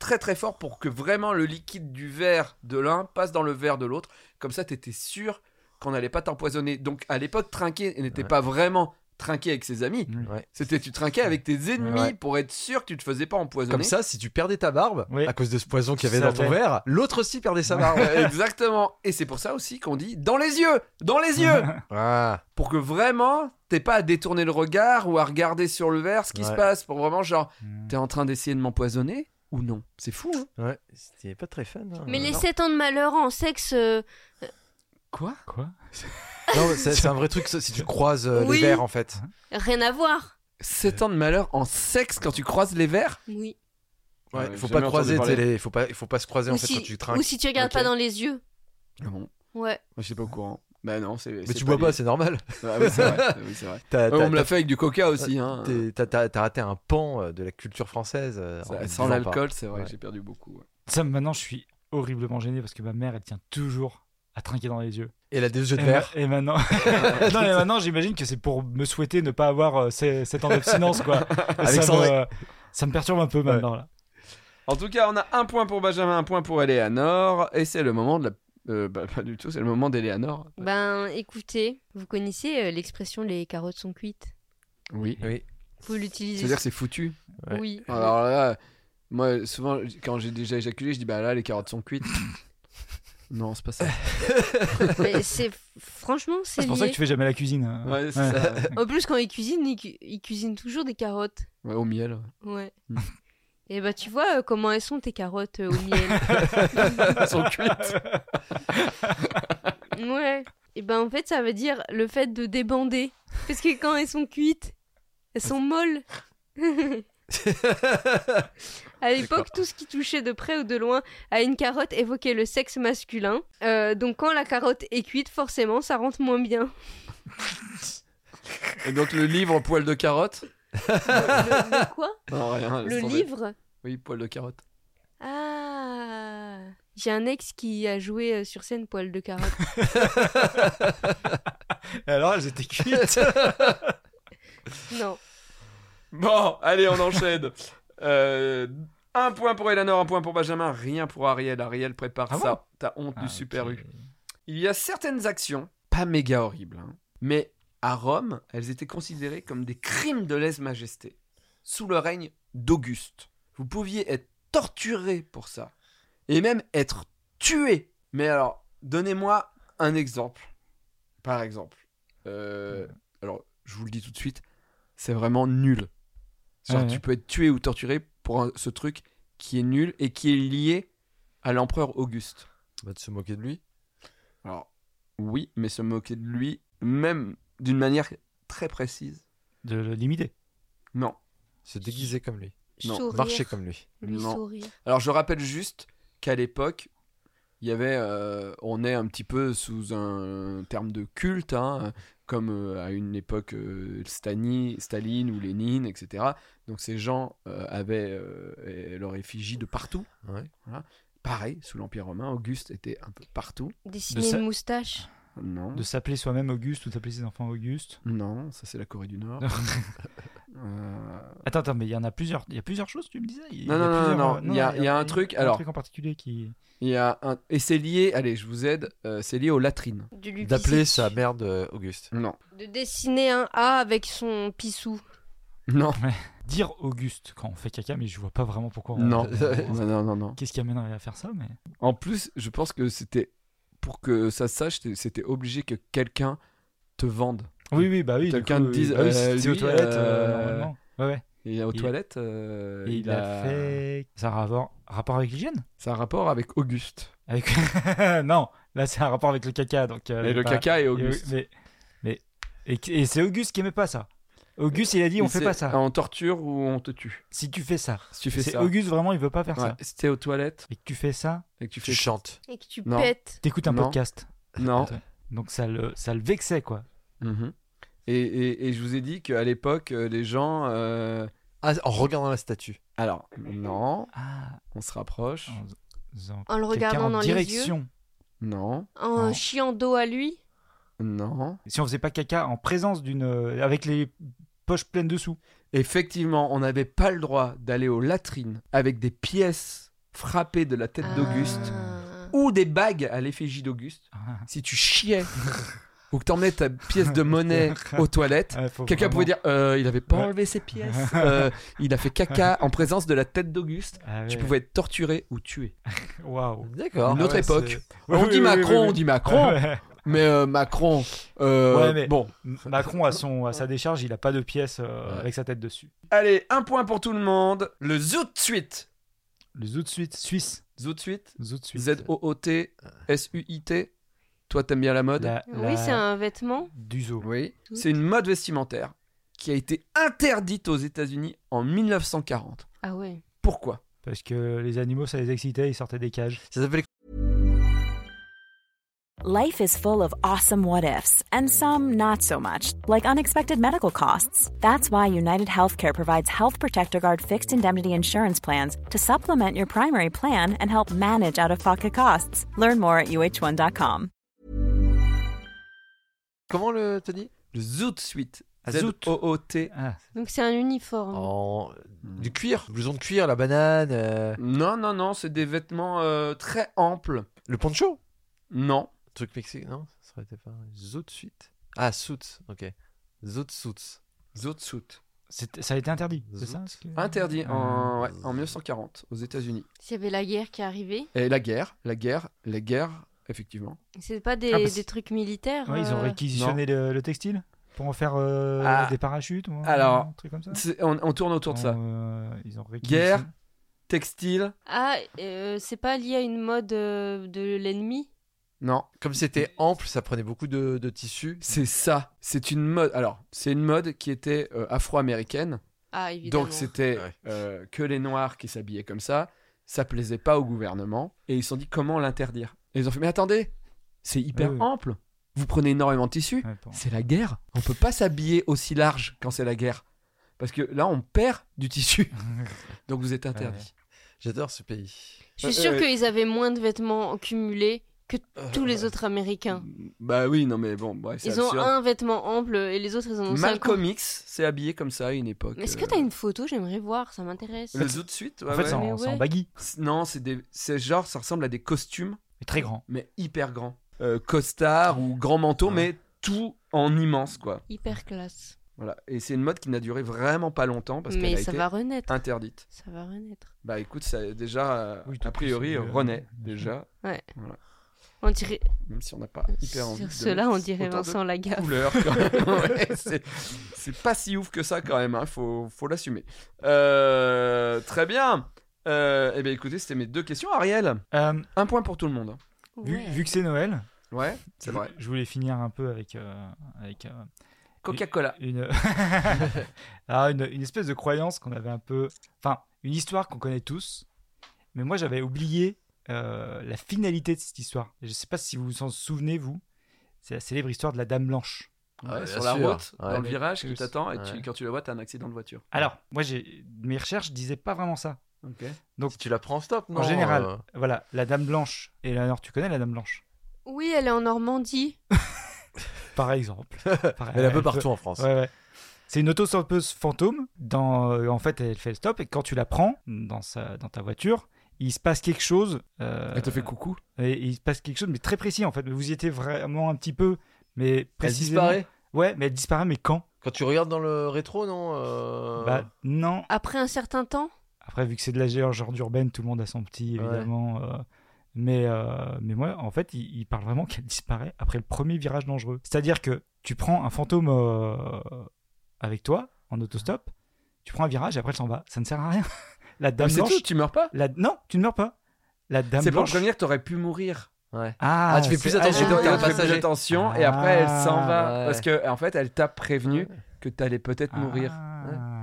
[SPEAKER 2] Très très fort pour que vraiment le liquide du verre de l'un passe dans le verre de l'autre. Comme ça, t'étais sûr qu'on n'allait pas t'empoisonner. Donc à l'époque, trinquer n'était pas vraiment trinquer avec ses amis.
[SPEAKER 4] Mm.
[SPEAKER 5] Ouais.
[SPEAKER 2] C'était tu trinquais avec tes ennemis
[SPEAKER 5] Ouais.
[SPEAKER 2] pour être sûr que tu te faisais pas empoisonner.
[SPEAKER 5] Comme ça, si tu perdais ta barbe
[SPEAKER 4] Oui.
[SPEAKER 5] à cause de ce poison qu'il y avait
[SPEAKER 4] Ça
[SPEAKER 5] dans ton
[SPEAKER 4] fait.
[SPEAKER 5] verre, l'autre aussi perdait sa barbe.
[SPEAKER 2] Ouais, Exactement. Et c'est pour ça aussi qu'on dit dans les yeux, dans les yeux,
[SPEAKER 5] Ah,
[SPEAKER 2] pour que vraiment t'aies pas à détourner le regard ou à regarder sur le verre ce qui se
[SPEAKER 5] Ouais.
[SPEAKER 2] passe, pour vraiment genre
[SPEAKER 4] Mm.
[SPEAKER 2] t'es en train d'essayer de m'empoisonner ou non. C'est fou. hein.
[SPEAKER 5] ouais, c'était pas très fun. hein.
[SPEAKER 3] Mais les
[SPEAKER 2] Euh, non.
[SPEAKER 3] 7 ans de malheur en sexe, euh,
[SPEAKER 2] Quoi
[SPEAKER 4] Quoi
[SPEAKER 5] Non, mais c'est c'est un vrai truc ça, si tu croises euh,
[SPEAKER 3] Oui.
[SPEAKER 5] les verres en fait.
[SPEAKER 3] rien à voir.
[SPEAKER 2] 7 ans de malheur en sexe quand tu croises les verres
[SPEAKER 3] Oui.
[SPEAKER 5] Ouais,
[SPEAKER 2] Ouais,
[SPEAKER 5] faut
[SPEAKER 2] j'ai
[SPEAKER 5] pas
[SPEAKER 2] jamais
[SPEAKER 5] croiser,
[SPEAKER 2] entendu
[SPEAKER 5] t'sais, les- faut pas, faut pas se croiser en
[SPEAKER 3] Ou
[SPEAKER 5] fait quand
[SPEAKER 3] si,
[SPEAKER 5] tu trinques.
[SPEAKER 3] ou si tu regardes
[SPEAKER 2] Ok.
[SPEAKER 3] pas dans les yeux.
[SPEAKER 2] Ah bon, moi
[SPEAKER 3] Ouais.
[SPEAKER 2] je suis pas au courant. Bah non, c'est.
[SPEAKER 5] Mais tu bois pas, c'est normal.
[SPEAKER 2] c'est vrai. ah oui, c'est vrai.
[SPEAKER 5] T'as-
[SPEAKER 2] Ouais,
[SPEAKER 5] t'as-
[SPEAKER 2] on me l'a fait avec du coca aussi. Hein.
[SPEAKER 5] t'es- t'as- T'as t'as raté un pan euh, de la culture française. euh, en
[SPEAKER 2] Ça- Sans
[SPEAKER 5] buvant pas.
[SPEAKER 2] l'alcool, c'est vrai,
[SPEAKER 5] Ouais.
[SPEAKER 2] j'ai perdu beaucoup. ouais.
[SPEAKER 4] Ça, maintenant, je suis horriblement gêné parce que ma mère, elle tient toujours à trinquer dans les yeux.
[SPEAKER 5] Et la deux yeux de
[SPEAKER 4] Et,
[SPEAKER 5] verre.
[SPEAKER 4] ma- et maintenant, non, mais maintenant, j'imagine que c'est pour me souhaiter ne pas avoir euh, ces- cet ans d'abstinence, quoi. Et ça,
[SPEAKER 5] Alexandre-
[SPEAKER 4] me, ça me perturbe un peu maintenant, là.
[SPEAKER 2] En tout cas, on a un point pour Benjamin, un point pour Eleanor, et c'est le moment de la. euh, bah, pas du tout, c'est le moment d'Eleanor.
[SPEAKER 3] Ben écoutez, vous connaissez euh, l'expression les carottes sont cuites.
[SPEAKER 2] Oui.
[SPEAKER 5] Oui.
[SPEAKER 3] Vous l'utilisez.
[SPEAKER 2] C'est-à-dire que c'est foutu.
[SPEAKER 5] ouais.
[SPEAKER 3] Oui.
[SPEAKER 2] Alors là, moi, souvent, quand j'ai déjà éjaculé, je dis bah là, les carottes sont cuites. non, c'est pas ça.
[SPEAKER 3] Mais c'est franchement c'est
[SPEAKER 4] C'est pour ça
[SPEAKER 3] lié.
[SPEAKER 4] que tu fais jamais la cuisine. hein.
[SPEAKER 2] Ouais, c'est
[SPEAKER 4] Ouais.
[SPEAKER 2] ça.
[SPEAKER 3] En plus quand ils cuisinent, ils, cu- ils cuisinent toujours des carottes.
[SPEAKER 2] Ouais, au miel.
[SPEAKER 3] Ouais.
[SPEAKER 2] Mm.
[SPEAKER 3] Et bah tu vois euh, comment elles sont tes carottes euh, au miel.
[SPEAKER 2] Elles sont cuites.
[SPEAKER 3] Ouais. Et ben en fait, ça veut dire le fait de débander. Parce que quand elles sont cuites, elles sont molles. à l'époque, tout ce qui touchait de près ou de loin à une carotte évoquait le sexe masculin. Euh, donc quand la carotte est cuite, forcément, ça rentre moins bien.
[SPEAKER 2] Et donc le livre poil de carotte
[SPEAKER 3] Le, le quoi
[SPEAKER 2] Non, rien.
[SPEAKER 3] Le
[SPEAKER 2] laisse tomber.
[SPEAKER 3] livre
[SPEAKER 2] Oui, poil de carotte.
[SPEAKER 3] Ah J'ai un ex qui a joué euh, sur scène poil de carotte.
[SPEAKER 4] Et alors, elles étaient cuites.
[SPEAKER 3] Non.
[SPEAKER 2] Bon, allez, on enchaîne. Euh, un point pour Eleanor, un point pour Benjamin, rien pour Ariel. Ariel, prépare
[SPEAKER 4] Ah bon
[SPEAKER 2] ça. T'as honte
[SPEAKER 4] Ah,
[SPEAKER 2] du
[SPEAKER 4] ok.
[SPEAKER 2] Super U. Il y a certaines actions, pas méga horribles, hein, mais à Rome, elles étaient considérées comme des crimes de lèse-majesté, sous le règne d'Auguste. Vous pouviez être torturé pour ça, et même être tué. Mais alors, donnez-moi un exemple. Par exemple, euh, alors je vous le dis tout de suite, c'est vraiment nul. Genre,
[SPEAKER 4] Ouais, ouais.
[SPEAKER 2] tu peux être tué ou torturé pour un- ce truc qui est nul et qui est lié à l'empereur Auguste.
[SPEAKER 5] On va te se moquer Bah, de lui.
[SPEAKER 2] Alors, oui, mais se moquer de lui, même d'une manière très précise.
[SPEAKER 4] De le limiter.
[SPEAKER 2] Non.
[SPEAKER 5] Se déguiser comme lui.
[SPEAKER 2] Non,
[SPEAKER 3] Sourire.
[SPEAKER 5] Marcher comme lui.
[SPEAKER 3] Lui
[SPEAKER 2] Non.
[SPEAKER 3] sourire.
[SPEAKER 2] Alors, je rappelle juste qu'à l'époque, il y avait. euh, on est un petit peu sous un terme de culte, hein, comme euh, à une époque euh, Stani- Staline ou Lénine, etc. Donc, ces gens euh, avaient euh, leur effigie de partout.
[SPEAKER 5] Ouais.
[SPEAKER 2] Voilà. Pareil, sous l'Empire romain, Auguste était un peu partout.
[SPEAKER 3] Dessiner
[SPEAKER 4] De sa-
[SPEAKER 3] une moustache.
[SPEAKER 2] Non.
[SPEAKER 4] De s'appeler soi-même Auguste ou d'appeler ses enfants Auguste.
[SPEAKER 2] Non, ça c'est la Corée du Nord. Euh,
[SPEAKER 4] Attends, attends, mais il y en a plusieurs. Il y a plusieurs choses, tu me disais. Il y
[SPEAKER 2] Non,
[SPEAKER 4] a
[SPEAKER 2] non, non,
[SPEAKER 4] plusieurs,
[SPEAKER 2] non,
[SPEAKER 4] euh,
[SPEAKER 2] il y a- il y a un truc, alors.
[SPEAKER 4] Un truc en particulier qui.
[SPEAKER 2] Il y a un... Et c'est lié, allez, je vous aide, euh, c'est lié aux latrines.
[SPEAKER 3] Du lupicide.
[SPEAKER 5] D'appeler sa merde euh, Auguste.
[SPEAKER 2] Non.
[SPEAKER 3] De dessiner un A avec son pissou.
[SPEAKER 2] Non.
[SPEAKER 4] Dire Auguste quand on fait caca, mais je vois pas vraiment pourquoi. on-
[SPEAKER 2] Non. Bah
[SPEAKER 4] on-
[SPEAKER 2] non, non, non, non.
[SPEAKER 4] Qu'est-ce qui amènerait à faire ça, mais.
[SPEAKER 2] En plus, je pense que c'était. Pour que ça se sache, c'était- c'était obligé que quelqu'un te vende.
[SPEAKER 4] Oui, oui, bah oui. du
[SPEAKER 2] Quelqu'un
[SPEAKER 4] coup,
[SPEAKER 2] te
[SPEAKER 4] oui.
[SPEAKER 2] dise,
[SPEAKER 4] Bah oui,
[SPEAKER 2] euh, lui,
[SPEAKER 4] c'était aux toilettes,
[SPEAKER 2] euh,
[SPEAKER 4] euh, normalement. Ouais, ouais.
[SPEAKER 2] Et aux
[SPEAKER 4] Il-
[SPEAKER 2] toilettes, euh,
[SPEAKER 4] Et il, a... fait. Ça a rapport, rapport avec l'hygiène
[SPEAKER 2] C'est un rapport avec Auguste.
[SPEAKER 4] Avec. non, là c'est un rapport avec le caca, donc. euh,
[SPEAKER 2] et
[SPEAKER 4] j'ai
[SPEAKER 2] le
[SPEAKER 4] pas-
[SPEAKER 2] caca et
[SPEAKER 4] et-
[SPEAKER 2] Auguste.
[SPEAKER 4] Mais. mais- Et, et c'est Auguste qui aimait pas ça. Auguste, il a dit, on
[SPEAKER 2] Et
[SPEAKER 4] fait
[SPEAKER 2] c'est-
[SPEAKER 4] pas ça.
[SPEAKER 2] On torture ou on te tue.
[SPEAKER 4] Si tu fais ça.
[SPEAKER 2] Si tu fais
[SPEAKER 4] C'est
[SPEAKER 2] ça.
[SPEAKER 4] Auguste vraiment, il veut pas faire
[SPEAKER 2] Ouais,
[SPEAKER 4] ça.
[SPEAKER 2] Si t'es aux toilettes
[SPEAKER 4] Et que tu fais ça,
[SPEAKER 2] et que tu fais.
[SPEAKER 5] Tu chantes.
[SPEAKER 3] Et que tu
[SPEAKER 2] Non.
[SPEAKER 3] pètes.
[SPEAKER 4] t'écoutes un
[SPEAKER 2] Non.
[SPEAKER 4] podcast.
[SPEAKER 2] Non.
[SPEAKER 4] Donc ça le, ça le vexait quoi.
[SPEAKER 2] Mhm. Et, et- et je vous ai dit qu'à l'époque, euh, les gens. euh,
[SPEAKER 5] Ah, en regardant la statue.
[SPEAKER 2] Alors, non,
[SPEAKER 4] Ah.
[SPEAKER 2] on se rapproche.
[SPEAKER 4] En, faisant
[SPEAKER 3] En le
[SPEAKER 4] quelqu'un
[SPEAKER 3] regardant
[SPEAKER 4] en
[SPEAKER 3] dans les
[SPEAKER 4] direction.
[SPEAKER 2] Non,
[SPEAKER 3] En
[SPEAKER 4] Non.
[SPEAKER 3] chiant dos à lui.
[SPEAKER 2] non.
[SPEAKER 4] Si on faisait pas caca en présence d'une, euh, avec les poches pleines dessous.
[SPEAKER 2] Effectivement, on n'avait pas le droit d'aller aux latrines avec des pièces frappées de la tête d'Auguste
[SPEAKER 3] Ah.
[SPEAKER 4] Ah,
[SPEAKER 2] ou des bagues à l'effigie d'Auguste. Si tu chiais ou que t'emmenais ta pièce de monnaie aux toilettes,
[SPEAKER 4] Ouais, faut
[SPEAKER 2] quelqu'un
[SPEAKER 4] vraiment-
[SPEAKER 2] pouvait dire euh, il avait pas
[SPEAKER 4] Ouais.
[SPEAKER 2] enlevé ses pièces, euh, il a fait caca en présence de la tête d'Auguste.
[SPEAKER 4] Ah
[SPEAKER 2] Tu
[SPEAKER 4] ouais.
[SPEAKER 2] pouvais être torturé ou tué.
[SPEAKER 4] Waouh.
[SPEAKER 2] D'accord. Une
[SPEAKER 4] Ah
[SPEAKER 2] autre
[SPEAKER 4] ouais,
[SPEAKER 2] époque.
[SPEAKER 4] c'est-
[SPEAKER 2] on dit
[SPEAKER 4] Oui, oui, oui,
[SPEAKER 2] Macron,
[SPEAKER 4] oui, oui.
[SPEAKER 2] on dit Macron,
[SPEAKER 4] Ouais.
[SPEAKER 2] mais euh, Macron. euh,
[SPEAKER 4] Ouais, mais-
[SPEAKER 2] Bon,
[SPEAKER 4] Macron, à, son, à sa décharge, il a pas de pièce euh,
[SPEAKER 2] Ouais.
[SPEAKER 4] avec sa tête dessus.
[SPEAKER 2] allez, un point pour tout le monde. Le zoot suite.
[SPEAKER 4] Le zout suite suisse.
[SPEAKER 2] Zoot suite.
[SPEAKER 4] Zout suite.
[SPEAKER 2] Z o o t s u i t. Toi, t'aimes bien la mode.
[SPEAKER 4] La-
[SPEAKER 3] Oui,
[SPEAKER 4] la-
[SPEAKER 3] c'est un vêtement.
[SPEAKER 4] Du zoo.
[SPEAKER 2] Oui. C'est une mode vestimentaire qui a été interdite aux États-Unis en 1940.
[SPEAKER 3] Ah ouais.
[SPEAKER 2] Pourquoi
[SPEAKER 4] Parce que les animaux, ça les excitait, ils sortaient des cages.
[SPEAKER 5] Ça s'appelle
[SPEAKER 1] Life is full of awesome what ifs, and some not so much, like unexpected medical costs. That's why United Healthcare provides Health Protector Guard fixed indemnity insurance plans to supplement your primary plan and help manage out of pocket costs. Learn more at uh1.com.
[SPEAKER 5] comment le Tony
[SPEAKER 2] Le zoot suite.
[SPEAKER 4] Ah,
[SPEAKER 2] Z
[SPEAKER 4] zoot.
[SPEAKER 2] o o t.
[SPEAKER 4] Ah,
[SPEAKER 3] Donc c'est un uniforme.
[SPEAKER 4] Oh.
[SPEAKER 5] En du cuir, blouson de cuir, la banane, euh,
[SPEAKER 2] Non, non, non, c'est des vêtements euh, très amples.
[SPEAKER 5] le poncho,
[SPEAKER 2] Non.
[SPEAKER 5] truc mexique, non Ça aurait été pas zout suite. Ah suits, ok. Zout suits.
[SPEAKER 2] Zoot suit.
[SPEAKER 4] c'était- ça a été interdit, c'est ça
[SPEAKER 5] Zout.
[SPEAKER 2] Interdit en, ouais, en 1940 aux États-Unis.
[SPEAKER 3] S'il y avait la guerre qui arrivait,
[SPEAKER 2] Et la guerre, la guerre, la guerre, effectivement.
[SPEAKER 3] c'est pas des,
[SPEAKER 4] Ah, bah, c'est-
[SPEAKER 3] des trucs militaires.
[SPEAKER 4] Ouais, ils ont
[SPEAKER 3] euh,
[SPEAKER 4] réquisitionné le, le textile pour en faire euh,
[SPEAKER 2] Ah.
[SPEAKER 4] des parachutes ou un,
[SPEAKER 2] Alors,
[SPEAKER 4] un truc comme ça.
[SPEAKER 2] C'est- On, on tourne autour de ça.
[SPEAKER 4] Euh, ils ont
[SPEAKER 2] Guerre.
[SPEAKER 4] réquisitionné-
[SPEAKER 2] Textile,
[SPEAKER 3] Ah, euh, c'est pas lié à une mode euh, de l'ennemi
[SPEAKER 2] non.
[SPEAKER 5] Comme c'était ample, ça prenait beaucoup de, de tissu.
[SPEAKER 2] C'est ça. C'est une mode. Alors, c'est une mode qui était euh, afro-américaine.
[SPEAKER 3] Ah, évidemment.
[SPEAKER 2] Donc c'était
[SPEAKER 5] Ouais.
[SPEAKER 2] euh, que les noirs qui s'habillaient comme ça, ça plaisait pas au gouvernement et ils se sont dit comment l'interdire. Et ils ont fait mais attendez, c'est hyper
[SPEAKER 4] Ouais, ouais.
[SPEAKER 2] ample. Vous prenez énormément de tissus,
[SPEAKER 4] Ouais, pour-
[SPEAKER 2] c'est la guerre. On peut pas s'habiller aussi large quand c'est la guerre parce que là on perd du tissu. Donc vous êtes interdit.
[SPEAKER 5] J'adore ce pays.
[SPEAKER 3] Je suis sûre
[SPEAKER 2] Euh,
[SPEAKER 3] qu'ils avaient moins de vêtements cumulés que
[SPEAKER 4] Euh,
[SPEAKER 3] tous les autres Américains.
[SPEAKER 2] Bah oui, non mais bon, bref, c'est
[SPEAKER 3] Ils ont
[SPEAKER 2] absurde.
[SPEAKER 3] un vêtement ample et les autres, ils en ont cinq.
[SPEAKER 2] Malcolm X s'est habillé comme ça à une époque.
[SPEAKER 3] Est-ce
[SPEAKER 2] euh,
[SPEAKER 3] que t'as une photo J'aimerais voir, ça m'intéresse.
[SPEAKER 2] le zoo de suite ouais,
[SPEAKER 4] en fait,
[SPEAKER 2] ouais.
[SPEAKER 4] c'est
[SPEAKER 3] Mais
[SPEAKER 4] en, c'est en
[SPEAKER 3] ouais.
[SPEAKER 4] baggy.
[SPEAKER 2] C'est- Non, c'est des... c'est genre, ça ressemble à des costumes
[SPEAKER 4] Mais très grand.
[SPEAKER 2] mais hyper grand. Euh, costard ou grand manteau,
[SPEAKER 4] Ouais.
[SPEAKER 2] mais tout en immense, quoi.
[SPEAKER 3] Hyper classe.
[SPEAKER 2] Voilà. Et c'est une mode qui n'a duré vraiment pas longtemps parce qu'elle
[SPEAKER 3] Mais
[SPEAKER 2] a
[SPEAKER 3] ça
[SPEAKER 2] été
[SPEAKER 3] va renaître.
[SPEAKER 2] interdite.
[SPEAKER 3] Ça va renaître.
[SPEAKER 2] Bah écoute, ça, déjà, euh,
[SPEAKER 4] Oui, tout
[SPEAKER 2] a priori,
[SPEAKER 4] plus, c'est, euh,
[SPEAKER 2] renaît
[SPEAKER 4] bien
[SPEAKER 2] déjà,
[SPEAKER 3] On dirait...
[SPEAKER 2] même si on n'a pas hyper envie.
[SPEAKER 3] Sur
[SPEAKER 2] de
[SPEAKER 3] cela,
[SPEAKER 2] mettre
[SPEAKER 3] on dirait
[SPEAKER 2] autant de
[SPEAKER 3] Vincent Lagarde.
[SPEAKER 2] couleurs, quand même. Ouais, c'est, c'est pas si ouf que ça quand même, hein. faut, faut l'assumer. Euh, très bien. Euh, eh bien écoutez, c'était mes deux questions. Ariel,
[SPEAKER 4] Euh,
[SPEAKER 2] un point pour tout le monde. hein.
[SPEAKER 4] vu,
[SPEAKER 3] Ouais.
[SPEAKER 4] vu que c'est Noël,
[SPEAKER 2] Ouais, c'est
[SPEAKER 4] je-
[SPEAKER 2] vrai.
[SPEAKER 4] Je voulais finir un peu avec, euh, avec euh,
[SPEAKER 2] Coca-Cola.
[SPEAKER 4] une... Ah, une, une espèce de croyance qu'on avait un peu. Enfin, une histoire qu'on connaît tous. Mais moi, j'avais oublié euh, la finalité de cette histoire. Et Je ne sais pas si vous vous en souvenez, vous. C'est la célèbre histoire de la Dame Blanche.
[SPEAKER 2] Ouais,
[SPEAKER 5] Ouais,
[SPEAKER 2] sur
[SPEAKER 5] bien
[SPEAKER 2] la
[SPEAKER 5] sûr.
[SPEAKER 2] route,
[SPEAKER 5] Ouais.
[SPEAKER 2] dans le virage, qui
[SPEAKER 4] Plus.
[SPEAKER 2] t'attend, et tu-
[SPEAKER 5] Ouais.
[SPEAKER 2] quand tu le vois, t'as un accident de voiture.
[SPEAKER 4] Alors, moi, j'ai mes recherches disaient pas vraiment ça.
[SPEAKER 2] Ok.
[SPEAKER 5] Si tu la prends en stop, non
[SPEAKER 4] en général,
[SPEAKER 5] euh,
[SPEAKER 4] voilà, la Dame Blanche. Et alors, tu connais la Dame Blanche
[SPEAKER 3] Oui, elle est en Normandie.
[SPEAKER 4] Par exemple. Par-
[SPEAKER 5] Elle est un peu partout en France.
[SPEAKER 4] Ouais, ouais. C'est une auto-stoppeuse fantôme. Dans, euh, en fait, elle fait le stop et quand tu la prends dans, sa, dans ta voiture, il se passe quelque chose. euh,
[SPEAKER 2] coucou.
[SPEAKER 4] et il se passe quelque chose, mais très précis en fait. Mais Vous y étiez vraiment un petit peu, mais
[SPEAKER 5] Elle
[SPEAKER 4] précisément.
[SPEAKER 5] disparaît.
[SPEAKER 4] Ouais, mais elle disparaît, mais quand
[SPEAKER 5] Quand tu regardes dans le rétro, non euh,
[SPEAKER 4] Bah non.
[SPEAKER 3] Après un certain temps
[SPEAKER 4] Après, vu que c'est de la gé- genre urbaine, tout le monde a son petit,
[SPEAKER 5] Ouais.
[SPEAKER 4] évidemment. euh, mais, euh, mais moi, en fait, il, il parle vraiment qu'elle disparaît après le premier virage dangereux. C'est-à-dire que tu prends un fantôme euh, avec toi, en autostop, tu prends un virage et après elle s'en va. Ça ne sert à rien. La
[SPEAKER 5] Ah,
[SPEAKER 4] dame
[SPEAKER 2] c'est
[SPEAKER 4] blanche.
[SPEAKER 2] tout, tu meurs pas.
[SPEAKER 4] la- Non, tu ne meurs pas. La dame
[SPEAKER 2] C'est pour
[SPEAKER 4] blanche.
[SPEAKER 2] te prévenir que t'aurais pu mourir.
[SPEAKER 5] Ouais.
[SPEAKER 4] Ah,
[SPEAKER 5] Ah, tu fais
[SPEAKER 4] c'est-
[SPEAKER 5] plus
[SPEAKER 2] Et
[SPEAKER 5] attention
[SPEAKER 3] ah,
[SPEAKER 2] donc,
[SPEAKER 5] quand t'es
[SPEAKER 2] elle
[SPEAKER 5] un
[SPEAKER 3] d'accord.
[SPEAKER 2] fait plus
[SPEAKER 5] passager.
[SPEAKER 2] attention,
[SPEAKER 4] Ah,
[SPEAKER 2] et après, elle s'en va.
[SPEAKER 5] ouais.
[SPEAKER 2] Parce que, en fait, elle t'a prévenu que t'allais peut-être
[SPEAKER 4] Ah.
[SPEAKER 2] mourir.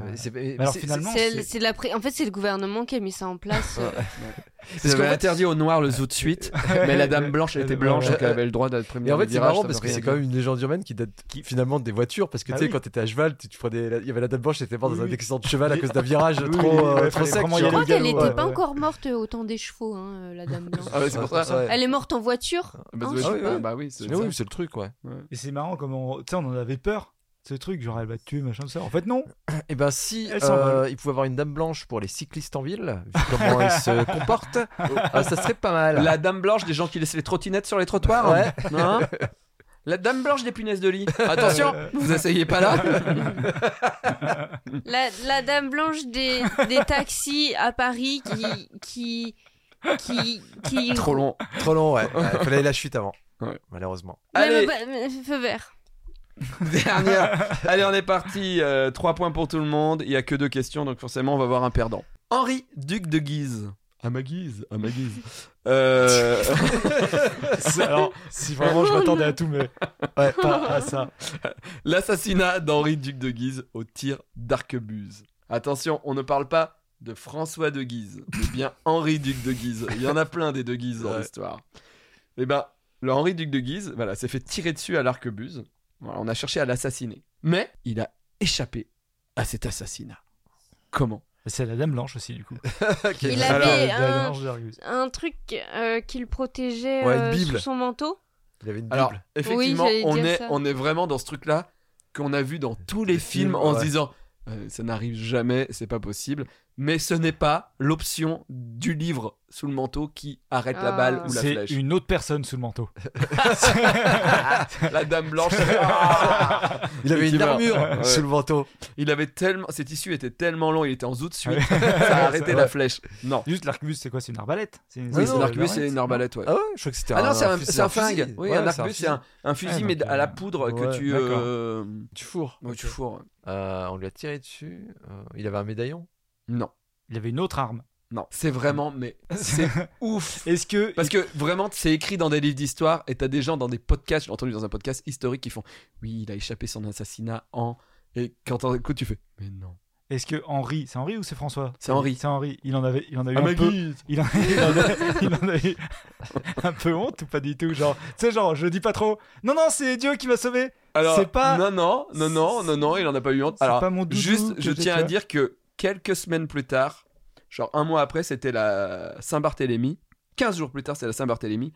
[SPEAKER 5] Ouais, c'est- mais
[SPEAKER 4] alors
[SPEAKER 5] c'est-
[SPEAKER 4] finalement,
[SPEAKER 3] C'est-
[SPEAKER 4] c'est-
[SPEAKER 3] c'est la pré- En fait, c'est le gouvernement qui a mis ça en place.
[SPEAKER 2] Ah.
[SPEAKER 3] euh,
[SPEAKER 2] Parce qu'on
[SPEAKER 5] qu'en fait-
[SPEAKER 2] interdit aux noirs le zoo de suite, mais la dame blanche, elle était blanche,
[SPEAKER 5] Ouais.
[SPEAKER 2] donc elle avait le droit d'être
[SPEAKER 5] Mais
[SPEAKER 2] prévenue.
[SPEAKER 5] en
[SPEAKER 2] dans
[SPEAKER 5] fait,
[SPEAKER 2] les
[SPEAKER 5] c'est
[SPEAKER 2] virages,
[SPEAKER 5] marrant
[SPEAKER 2] ça
[SPEAKER 5] parce
[SPEAKER 2] veut
[SPEAKER 5] que
[SPEAKER 2] rien
[SPEAKER 5] c'est quand
[SPEAKER 2] dire.
[SPEAKER 5] même une légende urbaine qui date qui, finalement des voitures. Parce que
[SPEAKER 4] Ah
[SPEAKER 5] tu sais,
[SPEAKER 4] oui.
[SPEAKER 5] quand t'étais à cheval, tu, tu prenais la- il y avait la dame blanche, t'étais mort dans
[SPEAKER 4] Oui,
[SPEAKER 5] un
[SPEAKER 4] oui.
[SPEAKER 5] accident de cheval à cause d'un virage
[SPEAKER 4] Oui,
[SPEAKER 5] trop,
[SPEAKER 4] oui,
[SPEAKER 5] euh,
[SPEAKER 4] ouais,
[SPEAKER 5] trop
[SPEAKER 4] fallait
[SPEAKER 5] sec.
[SPEAKER 4] vraiment y
[SPEAKER 5] tu
[SPEAKER 4] aller
[SPEAKER 5] vois.
[SPEAKER 4] au
[SPEAKER 3] Je crois qu'elle
[SPEAKER 4] galop,
[SPEAKER 3] n'était
[SPEAKER 4] ouais,
[SPEAKER 3] pas
[SPEAKER 4] ouais.
[SPEAKER 3] encore morte au temps des chevaux, hein, euh, la dame blanche.
[SPEAKER 2] Ah ouais, c'est pour ça.
[SPEAKER 5] Ouais.
[SPEAKER 3] Elle est morte en voiture.
[SPEAKER 2] Bah,
[SPEAKER 3] hein,
[SPEAKER 2] c'est-
[SPEAKER 3] je sais
[SPEAKER 5] ouais,
[SPEAKER 3] pas.
[SPEAKER 5] ouais.
[SPEAKER 2] Bah oui, c'est
[SPEAKER 5] Mais Ah oui,
[SPEAKER 2] ça.
[SPEAKER 5] c'est le truc, ouais.
[SPEAKER 4] Et c'est marrant comment on... tu sais, on en avait peur. Ce truc, genre elle va te tuer, machin, tout ça. En fait, non.
[SPEAKER 2] Euh,
[SPEAKER 5] Et ben si
[SPEAKER 4] Elle s'envole.
[SPEAKER 5] euh, il pouvait avoir une dame blanche pour les cyclistes en ville, vu comment ils se comportent, ah, ça serait pas mal.
[SPEAKER 2] La dame blanche, des gens qui laissent les trottinettes sur les trottoirs.
[SPEAKER 5] Ouais.
[SPEAKER 2] hein. La dame blanche des punaises de lit. Attention,
[SPEAKER 4] Euh,
[SPEAKER 2] vous asseyez pas là.
[SPEAKER 3] La, la dame blanche des, des taxis à Paris qui. qui. qui. qui...
[SPEAKER 2] Trop long.
[SPEAKER 5] Trop long, ouais. Il fallait la chute avant.
[SPEAKER 2] Ouais.
[SPEAKER 5] Malheureusement.
[SPEAKER 3] Même
[SPEAKER 2] Allez,
[SPEAKER 3] pas- mais feu vert.
[SPEAKER 2] dernière. Allez, on est parti. Euh, Trois points pour tout le monde. Il y a que deux questions, donc forcément, on va avoir un perdant. Henri, duc de Guise. À ma guise, à ma guise. Euh,
[SPEAKER 4] C'est- Alors, si vraiment je m'attendais à tout, mais ouais, pas à ça.
[SPEAKER 2] L'assassinat d'Henri Duc de Guise au tir d'arquebuse. Attention, on ne parle pas de François de Guise, mais bien Henri Duc de Guise. Il y en a plein des de Guise dans
[SPEAKER 5] Ouais.
[SPEAKER 2] l'histoire. Eh ben, le Henri Duc de Guise, voilà, s'est fait tirer dessus à l'arquebuse. Voilà, on a cherché à l'assassiner. Mais il a échappé à cet assassinat. Comment
[SPEAKER 4] C'est la dame blanche aussi, du coup.
[SPEAKER 5] Ok.
[SPEAKER 3] Il
[SPEAKER 4] La-
[SPEAKER 3] avait
[SPEAKER 4] la
[SPEAKER 3] un-
[SPEAKER 4] dame blanche d'Argus.
[SPEAKER 3] Un truc euh, qui le protégeait
[SPEAKER 5] Ouais, une
[SPEAKER 3] euh, sous
[SPEAKER 5] Bible.
[SPEAKER 3] son manteau.
[SPEAKER 5] Il avait une
[SPEAKER 2] Alors,
[SPEAKER 5] Bible.
[SPEAKER 2] effectivement,
[SPEAKER 3] Oui, j'allais
[SPEAKER 2] on,
[SPEAKER 3] dire
[SPEAKER 2] est,
[SPEAKER 3] ça.
[SPEAKER 2] on est vraiment dans ce truc-là qu'on a vu dans tous les
[SPEAKER 5] Les
[SPEAKER 2] films
[SPEAKER 5] films,
[SPEAKER 2] en se
[SPEAKER 5] ouais.
[SPEAKER 2] disant euh, ça n'arrive jamais, c'est pas possible. Mais ce n'est pas l'option du livre sous le manteau qui arrête la
[SPEAKER 3] Ah.
[SPEAKER 2] balle ou la
[SPEAKER 4] C'est
[SPEAKER 2] flèche.
[SPEAKER 4] une autre personne sous le manteau.
[SPEAKER 2] La dame blanche. Ah
[SPEAKER 5] Il
[SPEAKER 2] Et
[SPEAKER 5] avait
[SPEAKER 2] qui
[SPEAKER 5] une
[SPEAKER 2] meurt.
[SPEAKER 5] armure
[SPEAKER 2] Ouais.
[SPEAKER 5] sous le manteau.
[SPEAKER 2] il avait tellement, ses tissus étaient tellement longs, il était en zout de suite, ça a arrêté la
[SPEAKER 5] Ouais.
[SPEAKER 2] flèche. Non.
[SPEAKER 4] Juste l'arcus, c'est quoi C'est une arbalète C'est une
[SPEAKER 2] Oui,
[SPEAKER 4] espèce
[SPEAKER 2] c'est
[SPEAKER 4] de-
[SPEAKER 2] un arquebus, c'est une arbalète, ouais.
[SPEAKER 5] Ah ouais, je crois que c'était
[SPEAKER 2] Ah non, c'est un,
[SPEAKER 5] fusil-
[SPEAKER 2] c'est un flingue.
[SPEAKER 5] fusil.
[SPEAKER 2] Oui,
[SPEAKER 5] Ouais,
[SPEAKER 2] un arquebus, c'est
[SPEAKER 5] fusil.
[SPEAKER 2] un, un fusil,
[SPEAKER 4] Ah,
[SPEAKER 2] mais
[SPEAKER 4] donc,
[SPEAKER 2] à la
[SPEAKER 4] euh,
[SPEAKER 2] poudre que
[SPEAKER 5] ouais,
[SPEAKER 2] tu,
[SPEAKER 4] d'accord.
[SPEAKER 2] euh,
[SPEAKER 5] Tu fourres.
[SPEAKER 2] ouais, tu
[SPEAKER 5] Ok.
[SPEAKER 2] fourres.
[SPEAKER 5] Euh, on lui a tiré dessus. euh, il avait un médaillon.
[SPEAKER 2] Non,
[SPEAKER 4] Il avait une autre arme.
[SPEAKER 2] non. C'est vraiment, mais c'est ouf.
[SPEAKER 4] Est-ce que.
[SPEAKER 2] Parce que vraiment, c'est écrit dans des livres d'histoire et t'as des gens dans des podcasts, j'ai entendu dans un podcast historique, qui font Oui, il a échappé son assassinat en. Et quand t'en écoutes, tu fais Mais non.
[SPEAKER 4] Est-ce que Henri, c'est Henri ou c'est François
[SPEAKER 2] C'est Henri.
[SPEAKER 4] C'est Henri. Il en avait, il en a eu
[SPEAKER 2] Ah,
[SPEAKER 4] un
[SPEAKER 2] ma
[SPEAKER 4] peu.
[SPEAKER 2] guise.
[SPEAKER 4] Il en, il en a, il en a eu un peu honte ou pas du tout. Genre, tu sais, genre, je dis pas trop. Non, non, c'est Dieu qui m'a sauvé.
[SPEAKER 2] Alors,
[SPEAKER 4] C'est pas-
[SPEAKER 2] Non, non, non, non, non, non, il en a pas eu honte.
[SPEAKER 4] C'est
[SPEAKER 2] Alors,
[SPEAKER 4] pas mon doudou
[SPEAKER 2] juste,
[SPEAKER 4] que
[SPEAKER 2] je
[SPEAKER 4] j'ai,
[SPEAKER 2] tiens à
[SPEAKER 4] tu vois.
[SPEAKER 2] dire que quelques semaines plus tard, genre un mois après, c'était la Saint-Barthélemy. 15 jours plus tard, c'est la Saint-Barthélemy.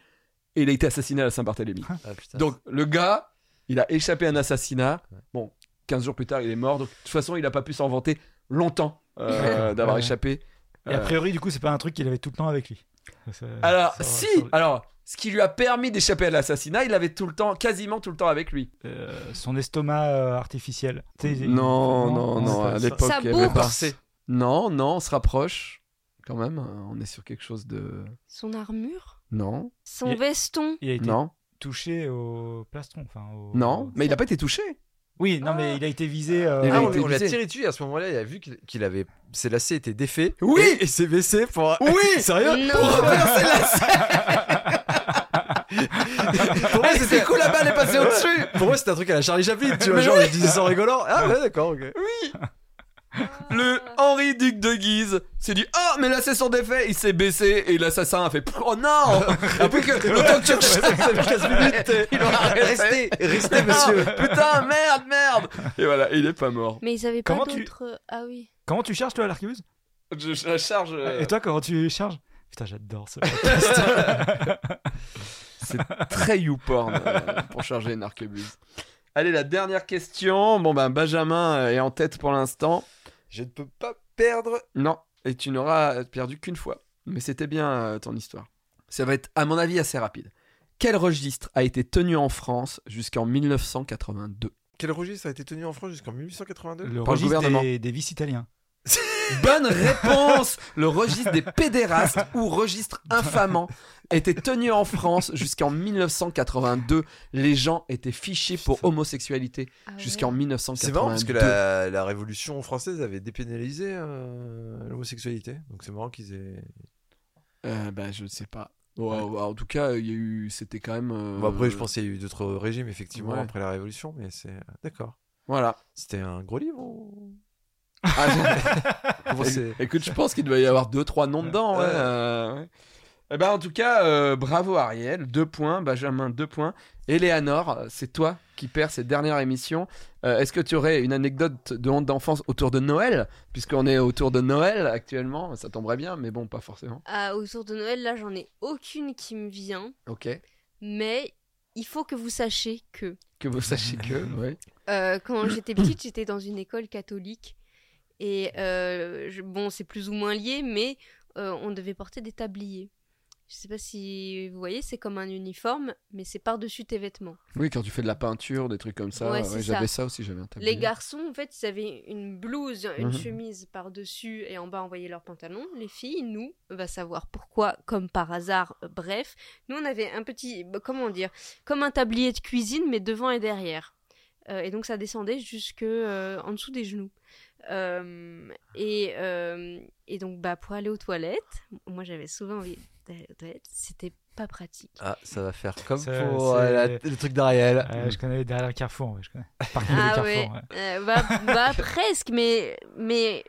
[SPEAKER 2] Et il a été assassiné à la Saint-Barthélemy.
[SPEAKER 5] Ah, putain.
[SPEAKER 2] Donc le gars, il a échappé à un assassinat. Bon, 15 jours plus tard, il est mort. Donc de toute façon, il n'a pas pu s'en vanter longtemps euh,
[SPEAKER 4] Ouais.
[SPEAKER 2] d'avoir
[SPEAKER 4] Ouais.
[SPEAKER 2] échappé.
[SPEAKER 4] Et
[SPEAKER 2] Euh,
[SPEAKER 4] a priori, du coup, c'est pas un truc qu'il avait tout le temps avec lui. Ça-
[SPEAKER 2] alors,
[SPEAKER 4] ça-
[SPEAKER 2] si,
[SPEAKER 4] ça-
[SPEAKER 2] alors, ce qui lui a permis d'échapper à l'assassinat, il l'avait tout le temps, quasiment tout le temps avec lui.
[SPEAKER 4] euh, son estomac euh, artificiel. Tu sais, il-
[SPEAKER 2] Non, non,
[SPEAKER 4] c'est
[SPEAKER 2] non,
[SPEAKER 4] pas
[SPEAKER 2] à
[SPEAKER 4] ça.
[SPEAKER 2] l'époque,
[SPEAKER 3] Sa
[SPEAKER 2] il y avait
[SPEAKER 3] bourse.
[SPEAKER 2] pas. Non, non, on se rapproche quand même. euh, On est sur quelque chose de.
[SPEAKER 3] Son armure.
[SPEAKER 2] Non,
[SPEAKER 3] Son
[SPEAKER 4] Il-
[SPEAKER 3] veston.
[SPEAKER 4] Il a été
[SPEAKER 2] non,
[SPEAKER 4] touché au plastron. Enfin, au...
[SPEAKER 2] non, mais il n'a pas été touché.
[SPEAKER 4] Oui, non, mais il a été visé. euh,
[SPEAKER 2] Il
[SPEAKER 5] Ah,
[SPEAKER 2] avait
[SPEAKER 5] on,
[SPEAKER 2] été
[SPEAKER 5] on lui a
[SPEAKER 2] visé.
[SPEAKER 5] tiré dessus et à ce moment-là, il a vu qu'il qu'il avait ses lacets étaient défaits.
[SPEAKER 2] Oui.
[SPEAKER 5] et, et ses baissés pour.
[SPEAKER 2] Oui
[SPEAKER 5] Sérieux Oh,
[SPEAKER 3] Non.
[SPEAKER 2] Reversez la scène
[SPEAKER 5] Pour moi,
[SPEAKER 2] Eh, C'est
[SPEAKER 5] c'était
[SPEAKER 2] cool, la balle est passée au-dessus
[SPEAKER 5] Pour moi, c'était un truc à la Charlie Chaplin, tu vois,
[SPEAKER 2] Mais
[SPEAKER 5] genre
[SPEAKER 2] oui.
[SPEAKER 5] je disais ça en rigolant. Ah ouais, d'accord, ok.
[SPEAKER 2] Le Henri Duc de Guise s'est dit Oh, mais là c'est son défait Il s'est baissé et l'assassin a fait Oh non Après que le temps que tu il aura resté
[SPEAKER 5] Restez, restez, monsieur.
[SPEAKER 2] Ah, Putain, merde, merde Et voilà, il est pas mort.
[SPEAKER 3] Mais ils avaient pas
[SPEAKER 4] Comment tu-
[SPEAKER 3] d'autres. Ah oui.
[SPEAKER 4] Comment tu charges, toi, l'arquebuse
[SPEAKER 2] Je, je la charge. euh,
[SPEAKER 4] Et toi, comment tu charges Putain, j'adore ça.
[SPEAKER 2] C'est très YouPorn euh, pour charger une arquebuse. Allez, la dernière question. Bon, ben, Benjamin est en tête pour l'instant.
[SPEAKER 5] Je ne peux pas perdre.
[SPEAKER 2] Non, et tu n'auras perdu qu'une fois. Mais c'était bien euh, ton histoire. Ça va être, à mon avis, assez rapide. Quel registre a été tenu en France jusqu'en 1982
[SPEAKER 5] Quel registre a été tenu en France jusqu'en 1882
[SPEAKER 4] Le
[SPEAKER 2] Par le
[SPEAKER 4] registre
[SPEAKER 2] gouvernement.
[SPEAKER 4] des, des vices italiens.
[SPEAKER 2] Bonne réponse Le registre des pédérastes ou registre infamant a été tenu en France jusqu'en 1982. Les gens étaient fichés pour
[SPEAKER 5] Putain.
[SPEAKER 2] homosexualité
[SPEAKER 3] Ah ouais.
[SPEAKER 2] jusqu'en 1982.
[SPEAKER 5] C'est marrant parce que la, la Révolution française avait dépénalisé euh, l'homosexualité. Donc c'est marrant qu'ils aient.
[SPEAKER 2] Euh, bah, je ne sais pas. Ouais, ouais, en tout cas, il y a eu. C'était quand même. euh,
[SPEAKER 5] Bon, après, je pense qu'il y a eu d'autres régimes, effectivement,
[SPEAKER 2] ouais.
[SPEAKER 5] après la Révolution, mais c'est. euh, D'accord.
[SPEAKER 2] Voilà.
[SPEAKER 5] C'était un gros livre ou-
[SPEAKER 2] Ah, je-
[SPEAKER 5] Comment c'est
[SPEAKER 2] Écoute, je pense qu'il doit y avoir deux, trois noms dedans. ouais,
[SPEAKER 5] Ouais.
[SPEAKER 2] euh, ouais. Eh ben, en tout cas, euh, bravo Ariel, deux points. Benjamin, deux points. Eleanor, euh, c'est toi qui perds cette dernière émission. Euh, Est-ce que tu aurais une anecdote de honte d'enfance autour de Noël Puisqu'on est autour de Noël actuellement, ça tomberait bien, mais bon, pas forcément.
[SPEAKER 3] Ah, autour de Noël, là, j'en ai aucune qui me vient.
[SPEAKER 2] Ok.
[SPEAKER 3] Mais il faut que vous sachiez que
[SPEAKER 2] Que vous sachiez que. ouais.
[SPEAKER 3] euh, quand j'étais petite, j'étais dans une école catholique. Et euh, je- bon, c'est plus ou moins lié, mais euh, on devait porter des tabliers. Je sais pas si vous voyez, c'est comme un uniforme, mais c'est par-dessus tes vêtements.
[SPEAKER 2] Oui, quand tu fais de la peinture, des trucs comme ça.
[SPEAKER 3] Ouais, c'est
[SPEAKER 2] ouais, j'avais
[SPEAKER 3] ça.
[SPEAKER 2] ça. aussi, j'avais un tablier.
[SPEAKER 3] Les garçons, en fait, ils avaient une blouse, une
[SPEAKER 2] Mhm.
[SPEAKER 3] chemise par-dessus et en bas, on voyait leurs pantalons. Les filles, nous, on va savoir pourquoi, comme par hasard, euh, bref. Nous, on avait un petit, bah, comment dire, comme un tablier de cuisine, mais devant et derrière. Euh, et donc, ça descendait jusque euh, en dessous des genoux. Euh, et, euh, et donc, bah, pour aller aux toilettes, moi, j'avais souvent envie d'aller aux toilettes, c'était pas pratique.
[SPEAKER 5] Ah, ça va faire comme
[SPEAKER 4] Ça,
[SPEAKER 5] pour
[SPEAKER 4] c'est-
[SPEAKER 5] euh, la- le truc
[SPEAKER 2] Ah.
[SPEAKER 5] d'Ariel.
[SPEAKER 4] Ouais, je connais derrière le Carrefour, ouais, je connais. Parking des
[SPEAKER 3] Ah
[SPEAKER 4] Carrefours,
[SPEAKER 3] ouais,
[SPEAKER 4] ouais.
[SPEAKER 3] euh, bah, bah, presque, mais, mais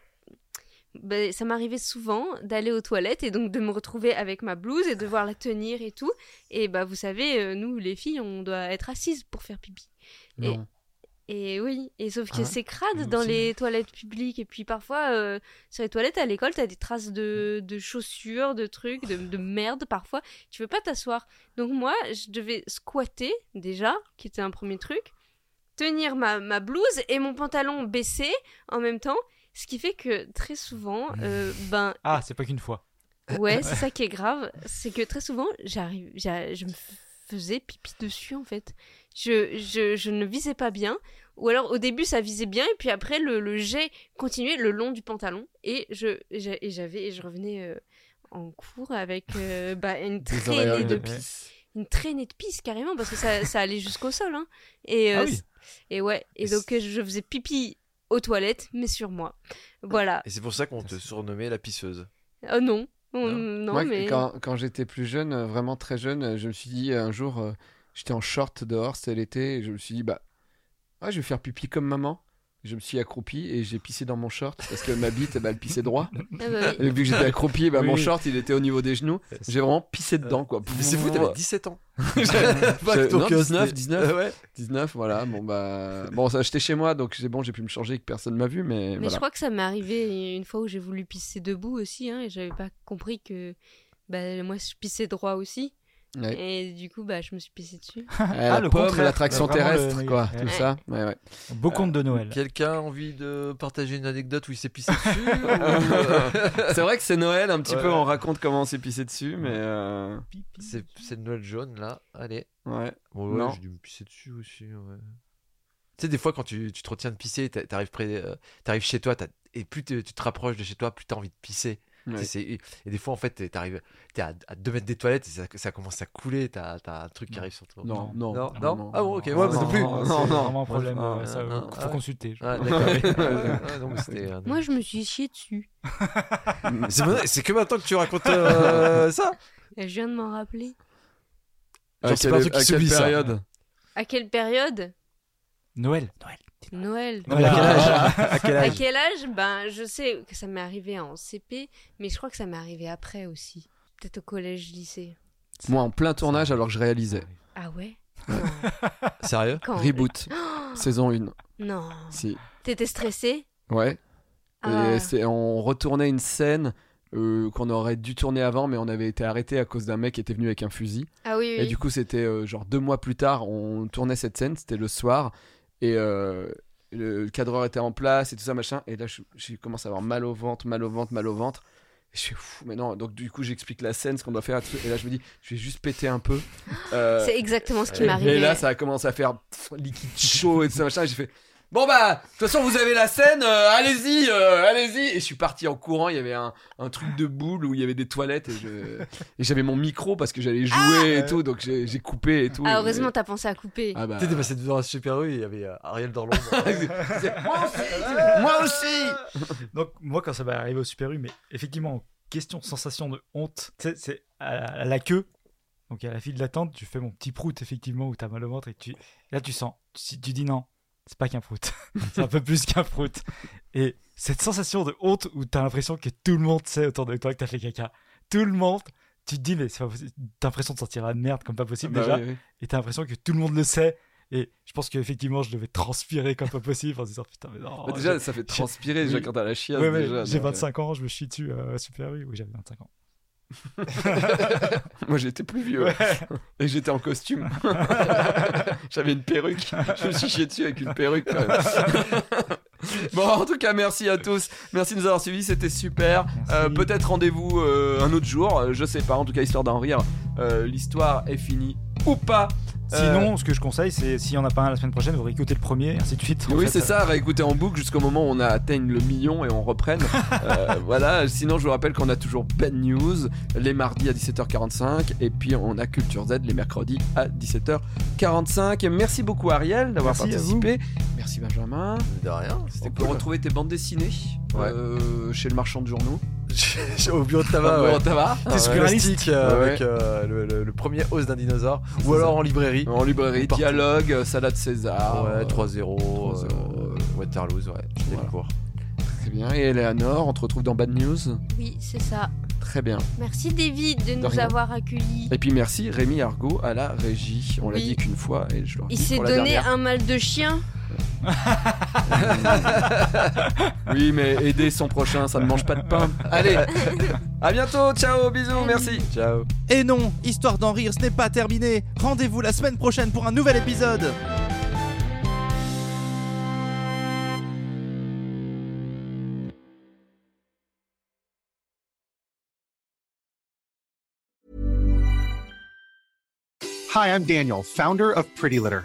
[SPEAKER 3] bah, ça m'arrivait souvent d'aller aux toilettes et donc de me retrouver avec ma blouse et devoir la tenir et tout. Et bah vous savez, euh, nous les filles, on doit être assises pour faire pipi.
[SPEAKER 2] Non.
[SPEAKER 3] Et oui, et sauf que
[SPEAKER 2] Ah ouais
[SPEAKER 3] c'est
[SPEAKER 2] Nous
[SPEAKER 3] crade dans
[SPEAKER 2] aussi.
[SPEAKER 3] les toilettes publiques. Et puis parfois, euh, sur les toilettes à l'école, t'as des traces de, de chaussures, de trucs, de, de merde parfois. Tu veux pas t'asseoir. Donc moi, je devais squatter déjà, qui était un premier truc, tenir ma, ma blouse et mon pantalon baissé en même temps. Ce qui fait que très souvent, euh, ben
[SPEAKER 4] Ah, c'est pas qu'une fois.
[SPEAKER 3] ouais, c'est ça qui est grave, c'est que très souvent, j'arrive, j'a- je me f- faisais pipi dessus en fait. Je, je, je ne visais pas bien, ou alors au début ça visait bien, et puis après le, le jet continuait le long du pantalon, et je, j'a- et j'avais, et je revenais euh, en cours avec euh, bah, une
[SPEAKER 2] Des
[SPEAKER 3] traînée
[SPEAKER 2] auréoles.
[SPEAKER 3] de
[SPEAKER 4] Ouais.
[SPEAKER 3] pisse, une traînée de pisse carrément, parce que ça, ça allait jusqu'au sol, hein. Et
[SPEAKER 4] Ah
[SPEAKER 3] euh,
[SPEAKER 4] oui.
[SPEAKER 3] c- et ouais, et
[SPEAKER 5] Et
[SPEAKER 3] donc euh, je faisais pipi aux toilettes, mais sur moi. Voilà.
[SPEAKER 5] Et c'est pour ça qu'on te surnommait la pisseuse.
[SPEAKER 3] Oh non, Oh,
[SPEAKER 5] Non.
[SPEAKER 3] non,
[SPEAKER 2] Moi,
[SPEAKER 3] mais
[SPEAKER 2] quand, quand j'étais plus jeune, euh, vraiment très jeune, euh, je me suis dit euh, un jour, euh, j'étais en short dehors, c'était l'été, et je me suis dit, bah, ouais, je vais faire pipi comme maman. Je me suis accroupi et j'ai pissé dans mon short parce que ma bite, bah, elle pissait droit.
[SPEAKER 3] Ah bah oui.
[SPEAKER 2] Et vu que j'étais accroupi, bah,
[SPEAKER 4] Oui.
[SPEAKER 2] mon short, il était au niveau des genoux. J'ai vraiment pissé dedans, quoi.
[SPEAKER 5] Mais c'est fou, t'avais 17 ans.
[SPEAKER 2] Je-
[SPEAKER 5] ton
[SPEAKER 2] non,
[SPEAKER 5] cœur,
[SPEAKER 2] 19,
[SPEAKER 5] c'était-
[SPEAKER 2] 19.
[SPEAKER 5] Euh, ouais.
[SPEAKER 2] 19, voilà. Bon, bah, bon, ça, j'étais chez moi, donc j'ai bon, j'ai pu me changer et que personne m'a vu, mais,
[SPEAKER 3] Mais je
[SPEAKER 2] voilà.
[SPEAKER 3] crois que ça m'est arrivé une fois où j'ai voulu pisser debout aussi, hein, et j'avais pas compris que bah, moi je pissais droit aussi,
[SPEAKER 2] Ouais.
[SPEAKER 3] et du coup bah je me suis pissé dessus.
[SPEAKER 2] Euh,
[SPEAKER 4] Ah,
[SPEAKER 2] la
[SPEAKER 4] le
[SPEAKER 2] pomme,
[SPEAKER 4] contraire.
[SPEAKER 2] l'attraction
[SPEAKER 4] Vraiment le-
[SPEAKER 2] terrestre, quoi,
[SPEAKER 4] Ouais.
[SPEAKER 2] tout ça. Ouais, ouais.
[SPEAKER 4] Beau conte de Noël.
[SPEAKER 5] Quelqu'un a envie de partager une anecdote où il s'est pissé dessus ou- euh,
[SPEAKER 2] c'est vrai que c'est Noël, un petit
[SPEAKER 5] Ouais.
[SPEAKER 2] peu, on raconte comment on s'est pissé dessus, mais. euh,
[SPEAKER 5] C'est c'est le Noël jaune là, allez.
[SPEAKER 2] Ouais.
[SPEAKER 5] Bon, ouais,
[SPEAKER 2] Non.
[SPEAKER 5] j'ai dû me pisser dessus aussi. ouais. Tu sais, des fois, quand tu, tu te retiens de pisser, t'a- t'arrives près, euh, t'arrives chez toi, t'as- et plus t'es- tu te rapproches de chez toi, plus t'as envie de pisser. Tu sais,
[SPEAKER 2] Ouais.
[SPEAKER 5] c'est- Et, et des fois, en fait, t'es- t'arrives, t'es à, à 2 mètres des toilettes et ça, ça commence à couler, t'as t'as un truc qui
[SPEAKER 4] Non.
[SPEAKER 5] arrive sur toi.
[SPEAKER 2] Non, non.
[SPEAKER 5] non, non. Ah bon, ok,
[SPEAKER 4] Ouais,
[SPEAKER 5] moi
[SPEAKER 4] mais
[SPEAKER 5] non plus.
[SPEAKER 2] Non,
[SPEAKER 4] non, c'est
[SPEAKER 2] non.
[SPEAKER 4] vraiment un problème.
[SPEAKER 5] Moi, je-
[SPEAKER 4] ouais, ça,
[SPEAKER 5] ah,
[SPEAKER 4] euh,
[SPEAKER 5] ah,
[SPEAKER 4] faut
[SPEAKER 5] ah.
[SPEAKER 4] consulter. je
[SPEAKER 5] Ah,
[SPEAKER 4] pense.
[SPEAKER 5] d'accord. oui. Ah, donc, c'était un-
[SPEAKER 3] Moi je me suis chié dessus,
[SPEAKER 5] C'est maintenant- C'est que maintenant que tu racontes euh, ça.
[SPEAKER 3] et je viens de m'en rappeler.
[SPEAKER 5] Genre, c'est pas un truc qui
[SPEAKER 2] à quelle
[SPEAKER 5] s'oublie, ça.
[SPEAKER 2] période
[SPEAKER 3] À quelle période
[SPEAKER 4] Noël. Noël.
[SPEAKER 3] Noël.
[SPEAKER 4] Noël, à quel âge
[SPEAKER 5] À quel
[SPEAKER 3] À quel âge Ben je sais que ça m'est arrivé en CP, mais je crois que ça m'est arrivé après aussi, peut-être au collège, lycée.
[SPEAKER 2] Moi, en plein tournage, alors que je réalisais.
[SPEAKER 3] Ah ouais Non.
[SPEAKER 5] Sérieux
[SPEAKER 3] Quand
[SPEAKER 2] Reboot, saison 1.
[SPEAKER 3] Non.
[SPEAKER 2] Si.
[SPEAKER 3] T'étais stressé
[SPEAKER 2] Ouais.
[SPEAKER 3] Ah.
[SPEAKER 2] Et c'est- on retournait une scène euh, qu'on aurait dû tourner avant, mais on avait été arrêté à cause d'un mec qui était venu avec un fusil.
[SPEAKER 3] Ah oui, oui.
[SPEAKER 2] Et du coup, c'était euh, genre deux mois plus tard, on tournait cette scène, c'était le soir, et euh, le cadreur était en place et tout ça, machin. Et là, je, je commence à avoir mal au ventre, mal au ventre, mal au ventre. Et je suis fou, mais non. Donc, du coup, j'explique la scène, ce qu'on doit faire. et tout. Et là, je me dis, je vais juste péter un peu. Euh,
[SPEAKER 3] C'est exactement ce qui
[SPEAKER 2] et-
[SPEAKER 3] m'est arrivé.
[SPEAKER 2] Et là, ça a commencé à faire pff, liquide chaud et tout ça, machin. et J'ai fait. Bon bah, de toute façon vous avez la scène, euh, allez-y, euh, allez-y. Et je suis parti en courant, il y avait un, un truc de boule où il y avait des toilettes et je- et j'avais mon micro parce que j'allais jouer et tout, donc j'ai j'ai coupé et tout.
[SPEAKER 3] Ah, heureusement, t'as pensé à couper.
[SPEAKER 2] Ah bah.
[SPEAKER 5] T'étais passé devant un super U et il y avait euh, Ariel dans l'ombre.
[SPEAKER 2] Moi aussi, moi aussi.
[SPEAKER 4] Donc, moi, quand ça va arriver au Super U, mais effectivement, question sensation de honte, tu sais, c'est à, la- à la queue, donc à la file d'attente, tu fais mon petit prout, effectivement, où t'as mal au ventre, et tu, là, tu sens, si tu dis non, c'est pas qu'un prout, c'est un peu plus qu'un prout. Et cette sensation de honte où t'as l'impression que tout le monde sait autour de toi que t'as fait caca, tout le monde, tu te dis, mais c'est pas possible, t'as l'impression de sentir la merde comme pas
[SPEAKER 2] Bah
[SPEAKER 4] possible déjà, et t'as l'impression que tout le monde le sait. Et je pense qu'effectivement, je devais transpirer comme pas possible en disant putain, mais non.
[SPEAKER 2] Bah, déjà, ça fait transpirer déjà
[SPEAKER 4] Oui.
[SPEAKER 2] quand t'as la chiasse.
[SPEAKER 4] Ouais, ouais,
[SPEAKER 2] déjà,
[SPEAKER 4] j'ai
[SPEAKER 2] donc, euh,
[SPEAKER 4] 25 ans, je me chie dessus euh, à Super U. Oui, j'avais 25 ans.
[SPEAKER 2] euh, Moi j'étais plus vieux et j'étais en costume. J'avais une perruque. Je me suis chié dessus avec une perruque. Quand même. Bon, en tout cas, merci à tous. Merci de nous avoir suivis, c'était super.
[SPEAKER 4] Merci.
[SPEAKER 2] Euh, Peut-être rendez-vous euh, un autre jour, euh, je sais pas. En tout cas, histoire d'en rire, euh, l'histoire est finie ou pas. Euh,
[SPEAKER 4] Sinon, ce que je conseille, c'est s'il n'y en a pas un la semaine prochaine, vous réécoutez le premier, et ainsi de suite. En
[SPEAKER 2] Oui,
[SPEAKER 4] fait,
[SPEAKER 2] c'est ça, réécouter en boucle jusqu'au moment où on a atteint le million et on reprenne. Euh, voilà, sinon je vous rappelle qu'on a toujours Bad News les mardis à 17h45 et puis on a Culture Z les mercredis à 17h45. Merci beaucoup Ariel d'avoir
[SPEAKER 4] Merci à
[SPEAKER 2] participé. Merci Benjamin.
[SPEAKER 5] De rien,
[SPEAKER 2] On
[SPEAKER 5] c'était
[SPEAKER 2] peut
[SPEAKER 5] cool.
[SPEAKER 2] retrouver tes bandes dessinées
[SPEAKER 5] Ouais.
[SPEAKER 2] euh, chez le marchand de journaux.
[SPEAKER 5] Au bureau de tabac,
[SPEAKER 2] Bon,
[SPEAKER 5] ouais.
[SPEAKER 2] ça va
[SPEAKER 5] T'es
[SPEAKER 4] ouais.
[SPEAKER 5] spiralistique euh,
[SPEAKER 2] Ouais.
[SPEAKER 5] avec euh, le, le- le premier os d'un dinosaure,
[SPEAKER 2] C'est
[SPEAKER 5] ou alors
[SPEAKER 2] ça.
[SPEAKER 5] en librairie.
[SPEAKER 2] En librairie,
[SPEAKER 5] Partout.
[SPEAKER 2] dialogue, euh, salade César.
[SPEAKER 5] ouais,
[SPEAKER 2] euh,
[SPEAKER 5] 3-0,
[SPEAKER 2] 3-0,
[SPEAKER 5] euh, Waterloo, ouais, je
[SPEAKER 2] Voilà.
[SPEAKER 5] le cours.
[SPEAKER 2] Très bien. Et Eleanor, on te retrouve dans Bad News.
[SPEAKER 3] Oui, c'est ça.
[SPEAKER 2] Très bien.
[SPEAKER 3] Merci David de nous
[SPEAKER 2] rien.
[SPEAKER 3] avoir accueillis.
[SPEAKER 2] Et puis merci Rémi Argot à la régie. On l'a
[SPEAKER 3] Oui.
[SPEAKER 2] dit qu'une fois et je le
[SPEAKER 3] Il
[SPEAKER 2] redis
[SPEAKER 3] s'est
[SPEAKER 2] pour la
[SPEAKER 3] donné
[SPEAKER 2] dernière.
[SPEAKER 3] un mal de chien.
[SPEAKER 2] Oui, mais aider son prochain, ça ne mange pas de pain. Allez, à bientôt, ciao, bisous, merci.
[SPEAKER 5] Ciao.
[SPEAKER 6] Et non, histoire d'en rire, ce n'est pas terminé. Rendez-vous la semaine prochaine pour un nouvel épisode.
[SPEAKER 7] Hi, I'm Daniel, founder of Pretty Litter.